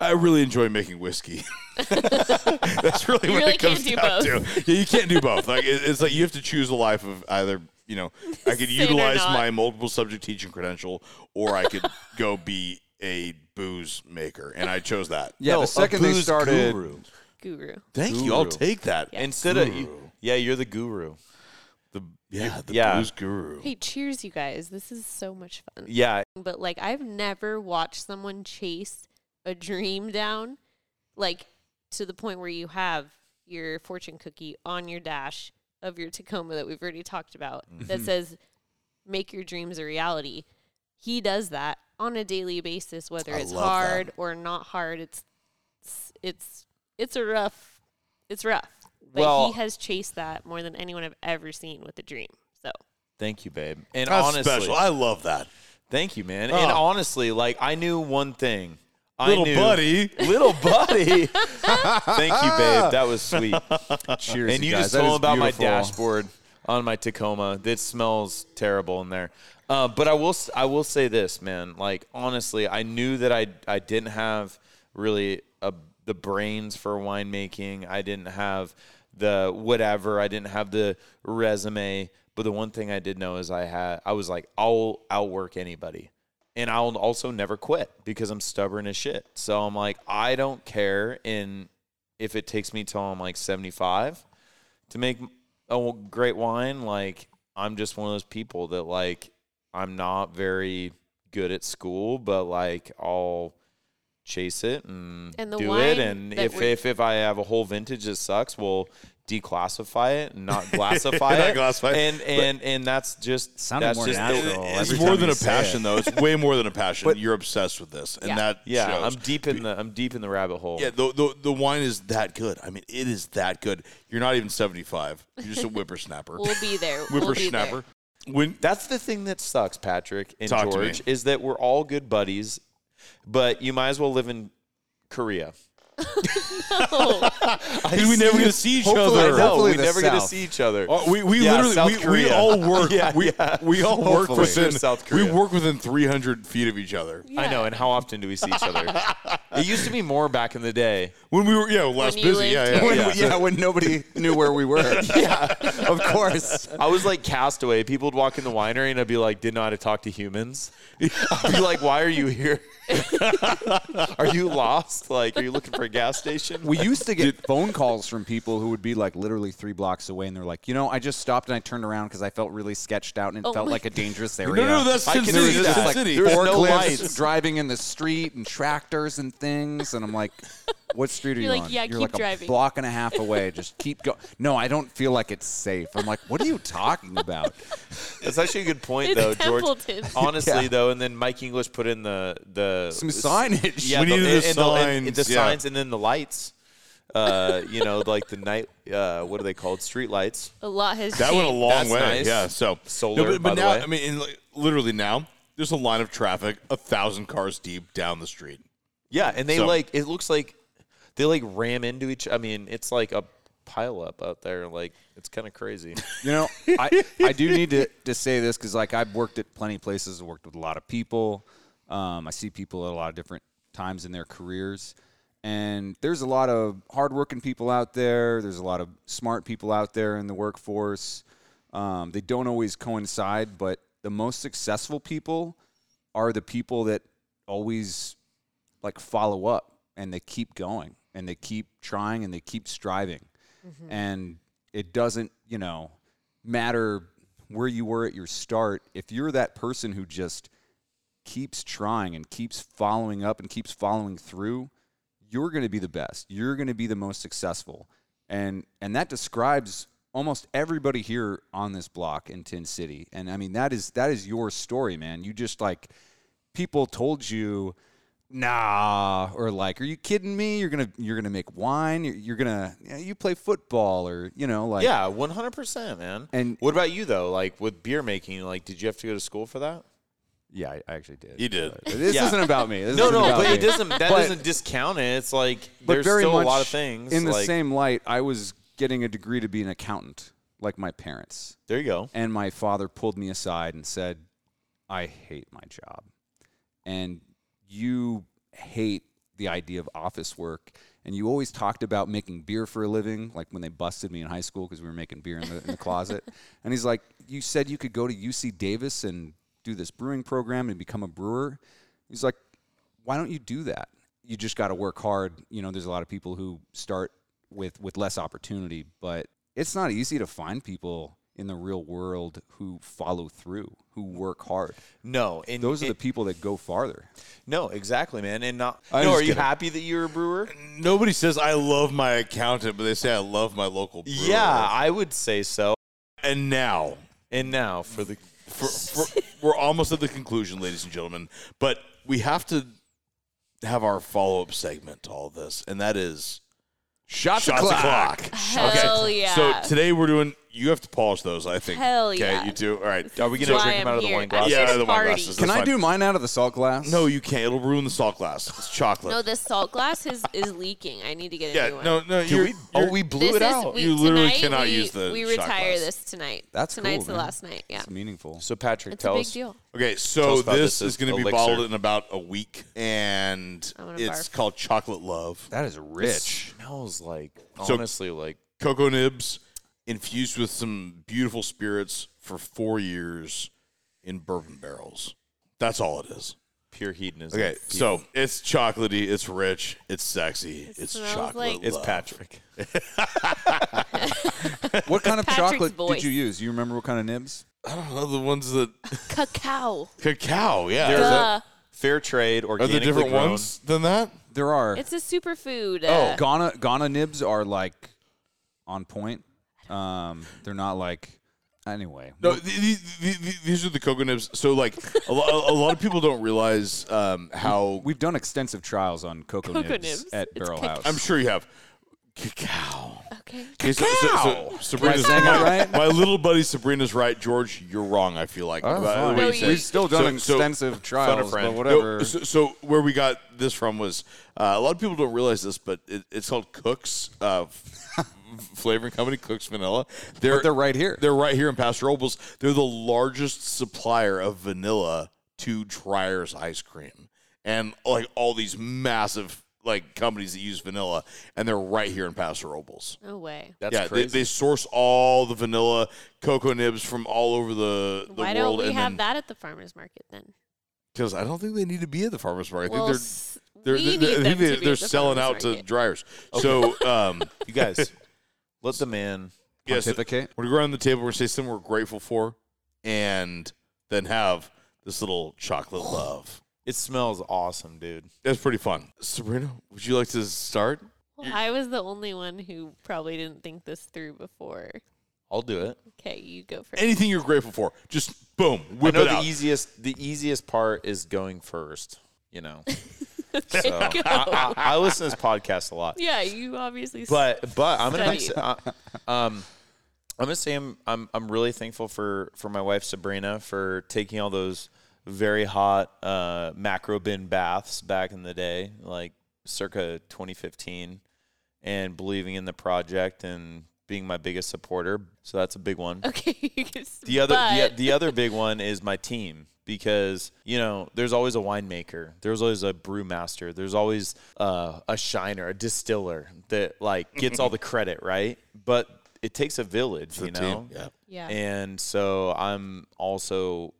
I really enjoy making whiskey. that's really what really it comes can't do down both. to. Yeah, you can't do both. Like it, it's like you have to choose a life of either. You know, I could Sin or utilize not. my multiple subject teaching credential, or I could go be a booze maker, and I chose that. Yeah, the second they started, Guru. Thank you. I'll Guru. take that. Instead of you, yeah, you're the guru. The yeah, the Yeah. blues guru. Hey, cheers, you guys. This is so much fun. Yeah, But like, I've never watched someone chase a dream down, like to the point where you have your fortune cookie on your dash of your Tacoma that we've already talked about Mm-hmm. that says, "Make your dreams a reality." He does that on a daily basis, whether I it's love that. hard or not hard. It's it's it's it's a rough it's rough. But Well- he has chased that more than anyone I've ever seen with a dream. So thank you, babe. And That's honestly, special. I love that. thank you, man. Oh. And honestly, like I knew one thing. I Little knew- buddy. little buddy. thank you, babe. That was sweet. cheers. and you guys. just That told is me about beautiful. my dashboard on my Tacoma. That smells terrible in there. Uh, but I will s- I will say this, man. Like honestly, I knew that I I didn't have really a, the brains for winemaking. I didn't have the whatever. I didn't have the resume. But the one thing I did know is I had I was like I'll outwork anybody. And I'll also never quit because I'm stubborn as shit. So I'm like, I don't care. And if it takes me till I'm like 75 to make a w- great wine, like I'm just one of those people that like I'm not very good at school, but like I'll chase it and, And the do wine it. And that if, we're- if if I have a whole vintage that sucks, we'll declassify it and not classify Not it. classify it, And but- and and that's just Sounded that's more just the- natural it's every It's time more than you a say passion, it. though. It's way more than a passion. You're obsessed with this, and Yeah. that Yeah, shows. I'm deep in the I'm deep in the rabbit hole. Yeah, the, the the wine is that good. I mean, it is that good. You're not even 75. You're just a whippersnapper. we'll be there. we'll be there. whippersnapper. When That's the thing that sucks, Patrick and Talk to me. George, is that we're all good buddies, but you might as well live in Korea. Oh, because we never get to see each Hopefully, other. I know, Hopefully we the never get to South. see each other. Uh, we we Yeah, South literally we, we Korea. all work Yeah, we, yeah. we all work Hopefully. within South we Korea. work within 300 feet of each other I know, and how often do we see each other? it used to be more back in the day. when we were yeah less you busy lived yeah in- yeah, When, yeah. yeah. when nobody knew where we were. yeah, of course. I was like castaway. People would walk in the winery, and I'd be like, "Didn't know how to talk to humans." I'd be like, "Why are you here? are you lost? Like, are you looking for a gas station?" We used to get phone calls from people who would be like literally three blocks away, and they're like, you know, I just stopped and I turned around because I felt really sketched out and it Oh felt my like a dangerous area. no no that's I Sin can And there City was see that's just Sin that. like City There was no forklifts lights. driving in the street and tractors and things, and I'm like, "What street are You're you like, on?" "Yeah, You're keep like driving." a block and a half away. Just keep going. No, I don't feel like it's safe. I'm like, "What are you talking about?" That's actually a good point, It's though, Templeton. George. Honestly, Yeah. though, and then Mike English put in the the Some signage. Yeah, We needed the and- and the signs, yeah. signs, and then the lights. Uh, you know, like the night. Uh, what are they called? Street lights. A lot has That went a changed. long That's way. nice. Yeah. So Solar, but, by but the now, way. I mean, in, like, literally now, there's a line of traffic a thousand cars deep down the street. Yeah, and they So- like it looks like they like ram into each. I mean, it's like a pile up out there. Like it's kind of crazy. You know, I, I do need to, to say this because like I've worked at plenty of places, I've worked with a lot of people. Um, I see people at a lot of different times in their careers, and there's a lot of hardworking people out there. There's a lot of smart people out there in the workforce. Um, they don't always coincide, but the most successful people are the people that always like follow up and they keep going and they keep trying and they keep striving and it doesn't you know matter where you were at your start if you're that person who just keeps trying and keeps following up and keeps following through you're going to be the best you're going to be the most successful and and that describes almost everybody here on this block in tin city and i mean that is that is your story man you just like people told you nah or like are you kidding me you're gonna you're gonna make wine you're, you're gonna yeah, you play football or you know like yeah, one hundred percent, man. And- what about you though? Like with beer making, like did you have to go to school for that? yeah i, I actually did He did. this Yeah. isn't about me This No, isn't no, about but me. it doesn't. That But- doesn't discount it. It's like but there's very still much a lot of things. in the like- same light i was getting a degree to be an accountant like my parents There you go. and my father pulled me aside and said i hate my job and you hate the idea of office work and you always talked about making beer for a living like when they busted me in high school because we were making beer in the, in the closet and he's like you said you could go to uc davis and do this brewing program and become a brewer he's like why don't you do that you just got to work hard you know there's a lot of people who start with with less opportunity but it's not easy to find people in the real world who follow through who work hard No, and those are the it- people that go farther no, exactly, man. And not. I'm no, just are you kidding. happy that you're a brewer? Nobody says I love my accountant, but they say I love my local brewer. Yeah, I would say so. And now And now for the for, for, we're almost at the conclusion, ladies and gentlemen. But we have to have our follow up segment to all this, and that is Shots, o'clock. Hell yeah. So today we're doing. You have to polish those, I think. Hell Okay, yeah. you do. All right. are we That's gonna why drink them I'm out of the here. wine I'm glass? here Yeah, to out of the wine party. glasses. Can That's I fine. do mine out of the salt glass? No, you can't. It'll ruin the salt glass. It's chocolate. No, this salt glass is, is leaking. I need to get a yeah. new one. No. No. Can You're, we- you're, oh, we blew This it is- out. we- You literally tonight cannot we- use the We shot retire glass. this tonight. That's cool, tonight's the man. last night. Yeah, It's meaningful. So Patrick, it's a tell big us. deal. Okay, Tell so us about this, this is going to be elixir. bottled in about a week, and I'm gonna it's barf. called Chocolate Love. That is rich. Smells like So- honestly like Cocoa nibs infused with some beautiful spirits for four years in bourbon barrels. That's all it is. pure hedonism. Okay, so it's chocolatey, it's rich, it's sexy, it's smells chocolate. like- it's love. Patrick. What kind of Patrick's chocolate did voice. you use? You remember what kind of nibs? I don't know the ones that Cacao. cacao. Yeah, There's Is that- Duh. Fair trade, are organically there different grown. ones than that? There are. It's a superfood. oh, Uh, Ghana Ghana nibs are like on point. Um, they're not like anyway. No, th- th- th- th- these are the cocoa nibs. So, like, a, lo- a lot of people don't realize um, how We've done extensive trials on cocoa, Cocoa nibs, nibs. at It's Barrel cake- House. I'm sure you have. Cacao. okay. Okay, so- so- so Sabrina's Am I my- right? My little buddy Sabrina's right. George, you're wrong. I feel like. Oh, About fine. what you No, said. you- We've still So- done so- extensive trials, but friend. No, whatever. so, so where we got this from was uh, a lot of people don't realize this, but it, it's called Cook's uh, f- flavoring company, Cook's Vanilla. They're but they're right here. They're right here in Paso Robles. They're the largest supplier of vanilla to Dryer's ice cream, and like all these massive like companies that use vanilla, and they're right here in Paso Robles. No way. That's yeah, crazy. They, they source all the vanilla cocoa nibs from all over the, the Why world. don't we and have that at the farmers market then? Because I don't think they need to be at the farmers market. Well, I think they're s- they're, we they're, need I them think they, to be they're at the selling out farmers to market. dryers. So, um, you guys, let the man. yes, we're Pontificate. going to go around the table. We're going to say something we're grateful for and then have this little chocolate love. It smells awesome, dude. That's pretty fun. Sabrina, would you like to start? Well, I was the only one who probably didn't think this through before. I'll do it. Okay, you go first. Anything you're grateful for, just boom, whip I know it the out. easiest. The easiest part is going first. You know, Okay, so I, go. I, I listen to this podcast a lot. yeah, you obviously. but but I'm gonna Study. make, uh, um I'm gonna say I'm, I'm I'm really thankful for for my wife Sabrina for taking all those very hot uh, macro bin baths back in the day, like circa 2015, and believing in the project and being my biggest supporter. So that's a big one okay, you can s- the other the, but- the other big one is my team because you know there's always a winemaker there's always a brewmaster there's always uh, a shiner a distiller that like gets all the credit right but it takes a village you know Yeah. yeah. and so I'm also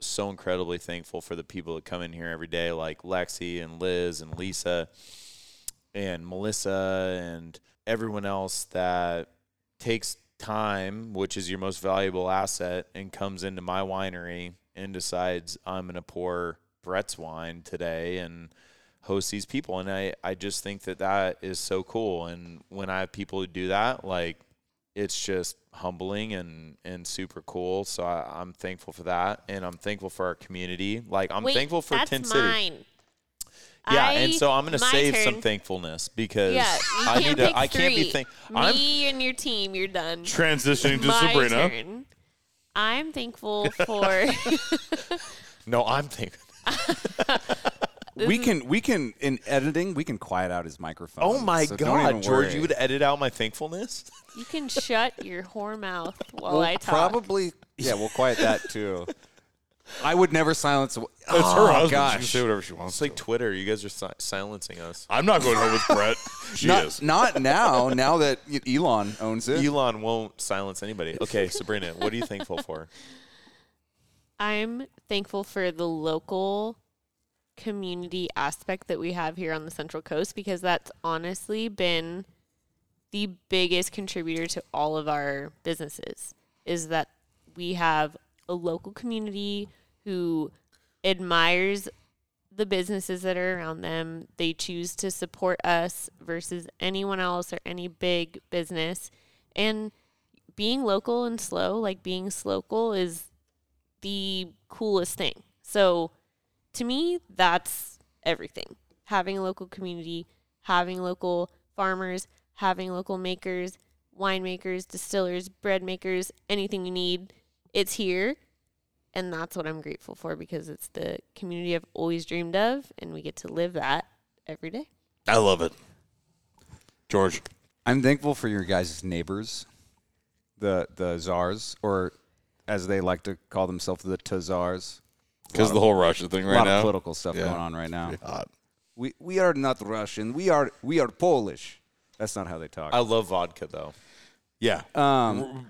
so incredibly thankful for the people that come in here every day, like Lexi and Liz and Lisa and Melissa and everyone else that takes time, which is your most valuable asset, and comes into my winery and decides I'm going to pour Brett's wine today and host these people. And I, I just think that that is so cool. And when I have people who do that, like, it's just humbling and and super cool. So I, I'm thankful for that, and I'm thankful for our community. Like I'm Wait, thankful for that's Tin City. mine. Yeah, I- and so I'm going to my save some turn. thankfulness because Yeah, you I can't need pick to. I can't be three. think. I'm Me and your team, you're done. Transitioning to My Sabrina. turn. I'm thankful for. no, I'm thinking. we Mm-hmm. can we can in editing we can quiet out his microphone. Oh my so don't even God, George, worry. you would edit out my thankfulness. you can shut your whore mouth while We'll I talk. probably yeah we'll quiet that too. I would never silence. It's It's her oh, husband. She can Gosh. say whatever she wants. It's like Twitter. You guys are si- silencing us. I'm not going home with Brett. She Not, is. not now. Now that y- Elon owns it. Elon won't silence anybody. Okay, Sabrina, what are you thankful for? I'm thankful for the local community aspect that we have here on the Central Coast because that's honestly been the biggest contributor to all of our businesses is that we have a local community who admires the businesses that are around them. They choose to support us versus anyone else or any big business. And being local and slow, like being slocal is the coolest thing. So to me, that's everything. Having a local community, having local farmers, having local makers, winemakers, distillers, bread makers, anything you need, it's here. And that's what I'm grateful for because it's the community I've always dreamed of and we get to live that every day. I love it. George. I'm thankful for your guys' neighbors, the the czars, or as they like to call themselves, the Tazars. Because the whole Russia thing A right lot now. of political stuff Yeah. going on right now. Hot. We we are not Russian. We are we are Polish. That's not how they talk. I love vodka though. Yeah. Um, R-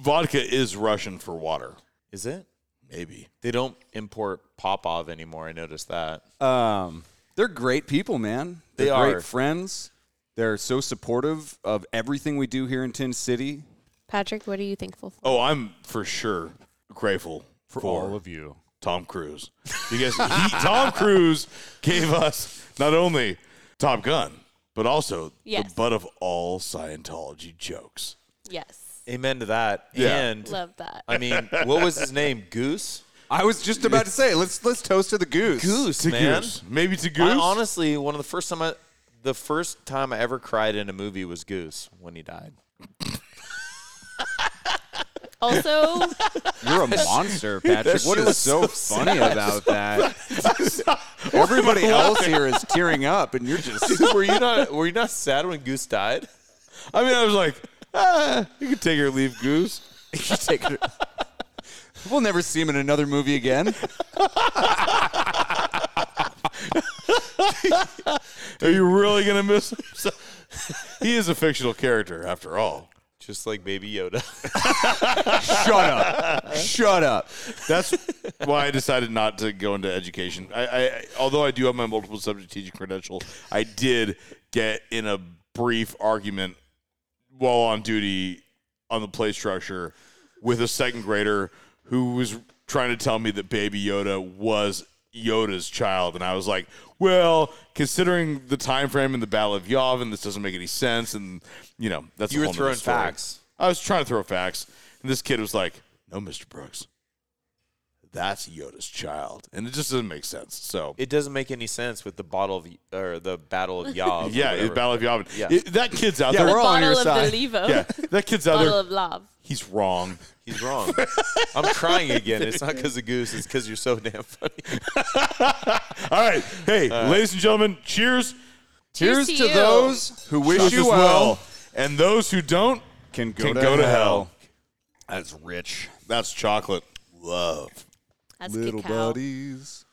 vodka is Russian for water. Is it? Maybe. They don't import Popov anymore. I noticed that. Um, they're great people, man. They They're are. great friends. They're so supportive of everything we do here in Tin City. Patrick, what are you thankful for? Oh, I'm for sure grateful for, you. Tom Cruise because he, Tom Cruise gave us not only Top Gun but also Yes. the butt of all Scientology jokes. Yes. Amen to that. Yeah. And Love that. I mean, what was his name? Goose. I was just about to say, let's let's toast to the goose. Goose, To man. Goose, maybe to Goose. I honestly, one of the first time I, the first time I ever cried in a movie was Goose when he died. Also, You're a monster, Patrick. What is so, funny about that? Everybody else here is tearing up, and you're just were you not? Were you not sad when Goose died? I mean, I was like, ah, you can take or leave Goose. you take it. We'll never see him in another movie again. Are you really gonna miss him? So- he is a fictional character after all. Just like Baby Yoda. Shut up. Shut up. That's why I decided not to go into education. I, I I- although I do have my multiple subject teaching credential, I did get in a brief argument while on duty on the play structure with a second grader who was trying to tell me that Baby Yoda was Yoda's child, and I was like, "Well, considering the time frame and the Battle of Yavin, this doesn't make any sense." And you know, that's You a were whole nother throwing story. facts. I was trying to throw facts, and this kid was like, "No, Mr. Brooks." That's Yoda's child, and it just doesn't make sense. So It doesn't make any sense with the bottle of or the Battle of Yav. or yeah, it's whatever. Battle of Yavin. Yeah. It- that kid's out Yeah, there. we're all on bottle your of side. the Levo, yeah, that kid's out bottle there. of love. He's wrong. He's wrong. I'm crying again. It's not because of Goose. It's because you're so damn funny. All right. Hey, ladies and gentlemen, cheers. Cheers Cheers, to, to you. those who wish Wish you well. And those who don't, Can go, Can to, go hell. to hell. That's rich. that's chocolate. Love. That's Little cacao. buddies.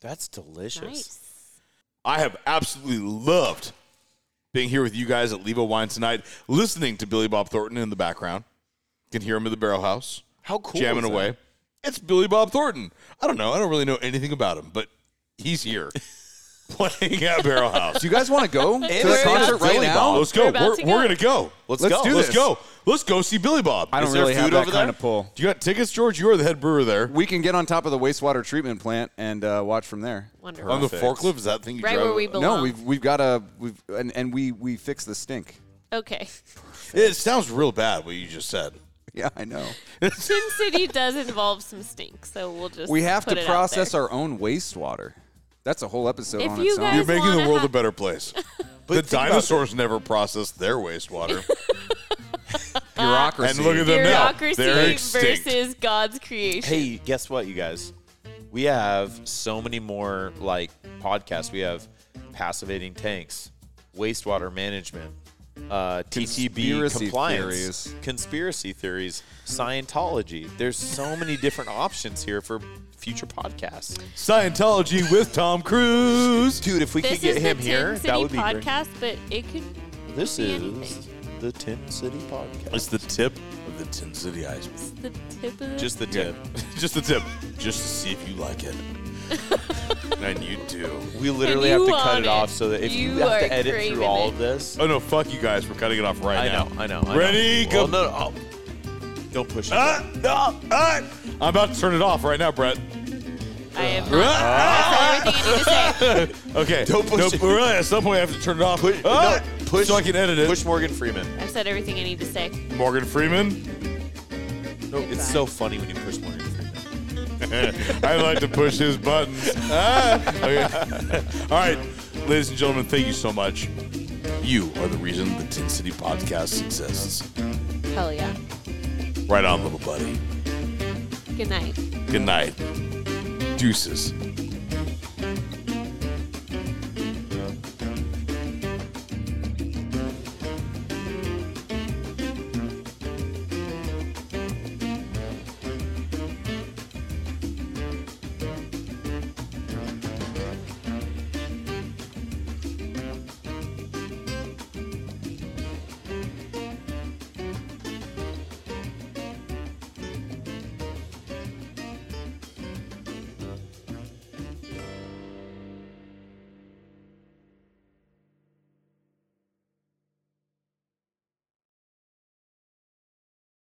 That's delicious. Nice. I have absolutely loved being here with you guys at Levo Wine tonight, listening to Billy Bob Thornton in the background. You can hear him in the barrel house. How cool Jamming is that? away. It's Billy Bob Thornton. I don't know. I don't really know anything about him, but he's here playing at Barrel House. Do you guys want to go to the we're concert at right Billy now? Let's go. We're We're, about we're, to go. going to go. Let's, Let's go. do Let's this. go. Let's go see Billy Bob. I don't Is there really have food that over kind there? of pull. You got tickets, George? You are the head brewer there. We can get on top of the wastewater treatment plant and uh, watch from there. Wonderful. On the Perfect. forklift? Is that thing you Right drove? where we belong. No, we've we've got a we've and, and we we fix the stink. Okay. It sounds real bad what you just said. Yeah, I know. Tin City does involve some stink, so we'll just We have put to it out process there. our own wastewater. That's a whole episode If on you its guys- own. You're making the wanna world ha- a better place. the dinosaurs never processed their wastewater. Bureaucracy. and look at them now. They're Bureaucracy extinct. versus God's creation. Hey, guess what, you guys? We have so many more like podcasts. We have passivating tanks, wastewater management, uh, TTB Conspiracy compliance, theories. conspiracy theories, Scientology. There's so many different options here for future podcasts. Scientology with Tom Cruise. Dude, if we this could get is him the here, Tin City that would be great. podcast, but it could. This be is anything. the Tin City Podcast. It's the tip of the Tin City iceberg. It's the tip of the. Just the tip. Just the tip. Just to see if you like it. and you do. We literally have you to cut want it off it. so that if you, You have are to edit craving through all it. of this. Oh no, fuck you guys. We're cutting it off right I now. know, I know. I Ready, know. go. Well, no, no, oh. Don't push it. Ah, ah, ah. I'm about to turn it off right now, Brett. I am. Not, that's everything I need to say. Okay. Don't push no, it. Really, at some point I have to turn it off. Push- Ah, no, push- so I can edit it. Push Morgan Freeman. I've said everything I need to say. Morgan Freeman. No, it's so funny when you push Morgan Freeman. I like to push his buttons. Ah, okay. All right, ladies and gentlemen, thank you so much. You are the reason the Tin City podcast exists. Hell yeah. Right on, little buddy. Good night. Good night. Deuces.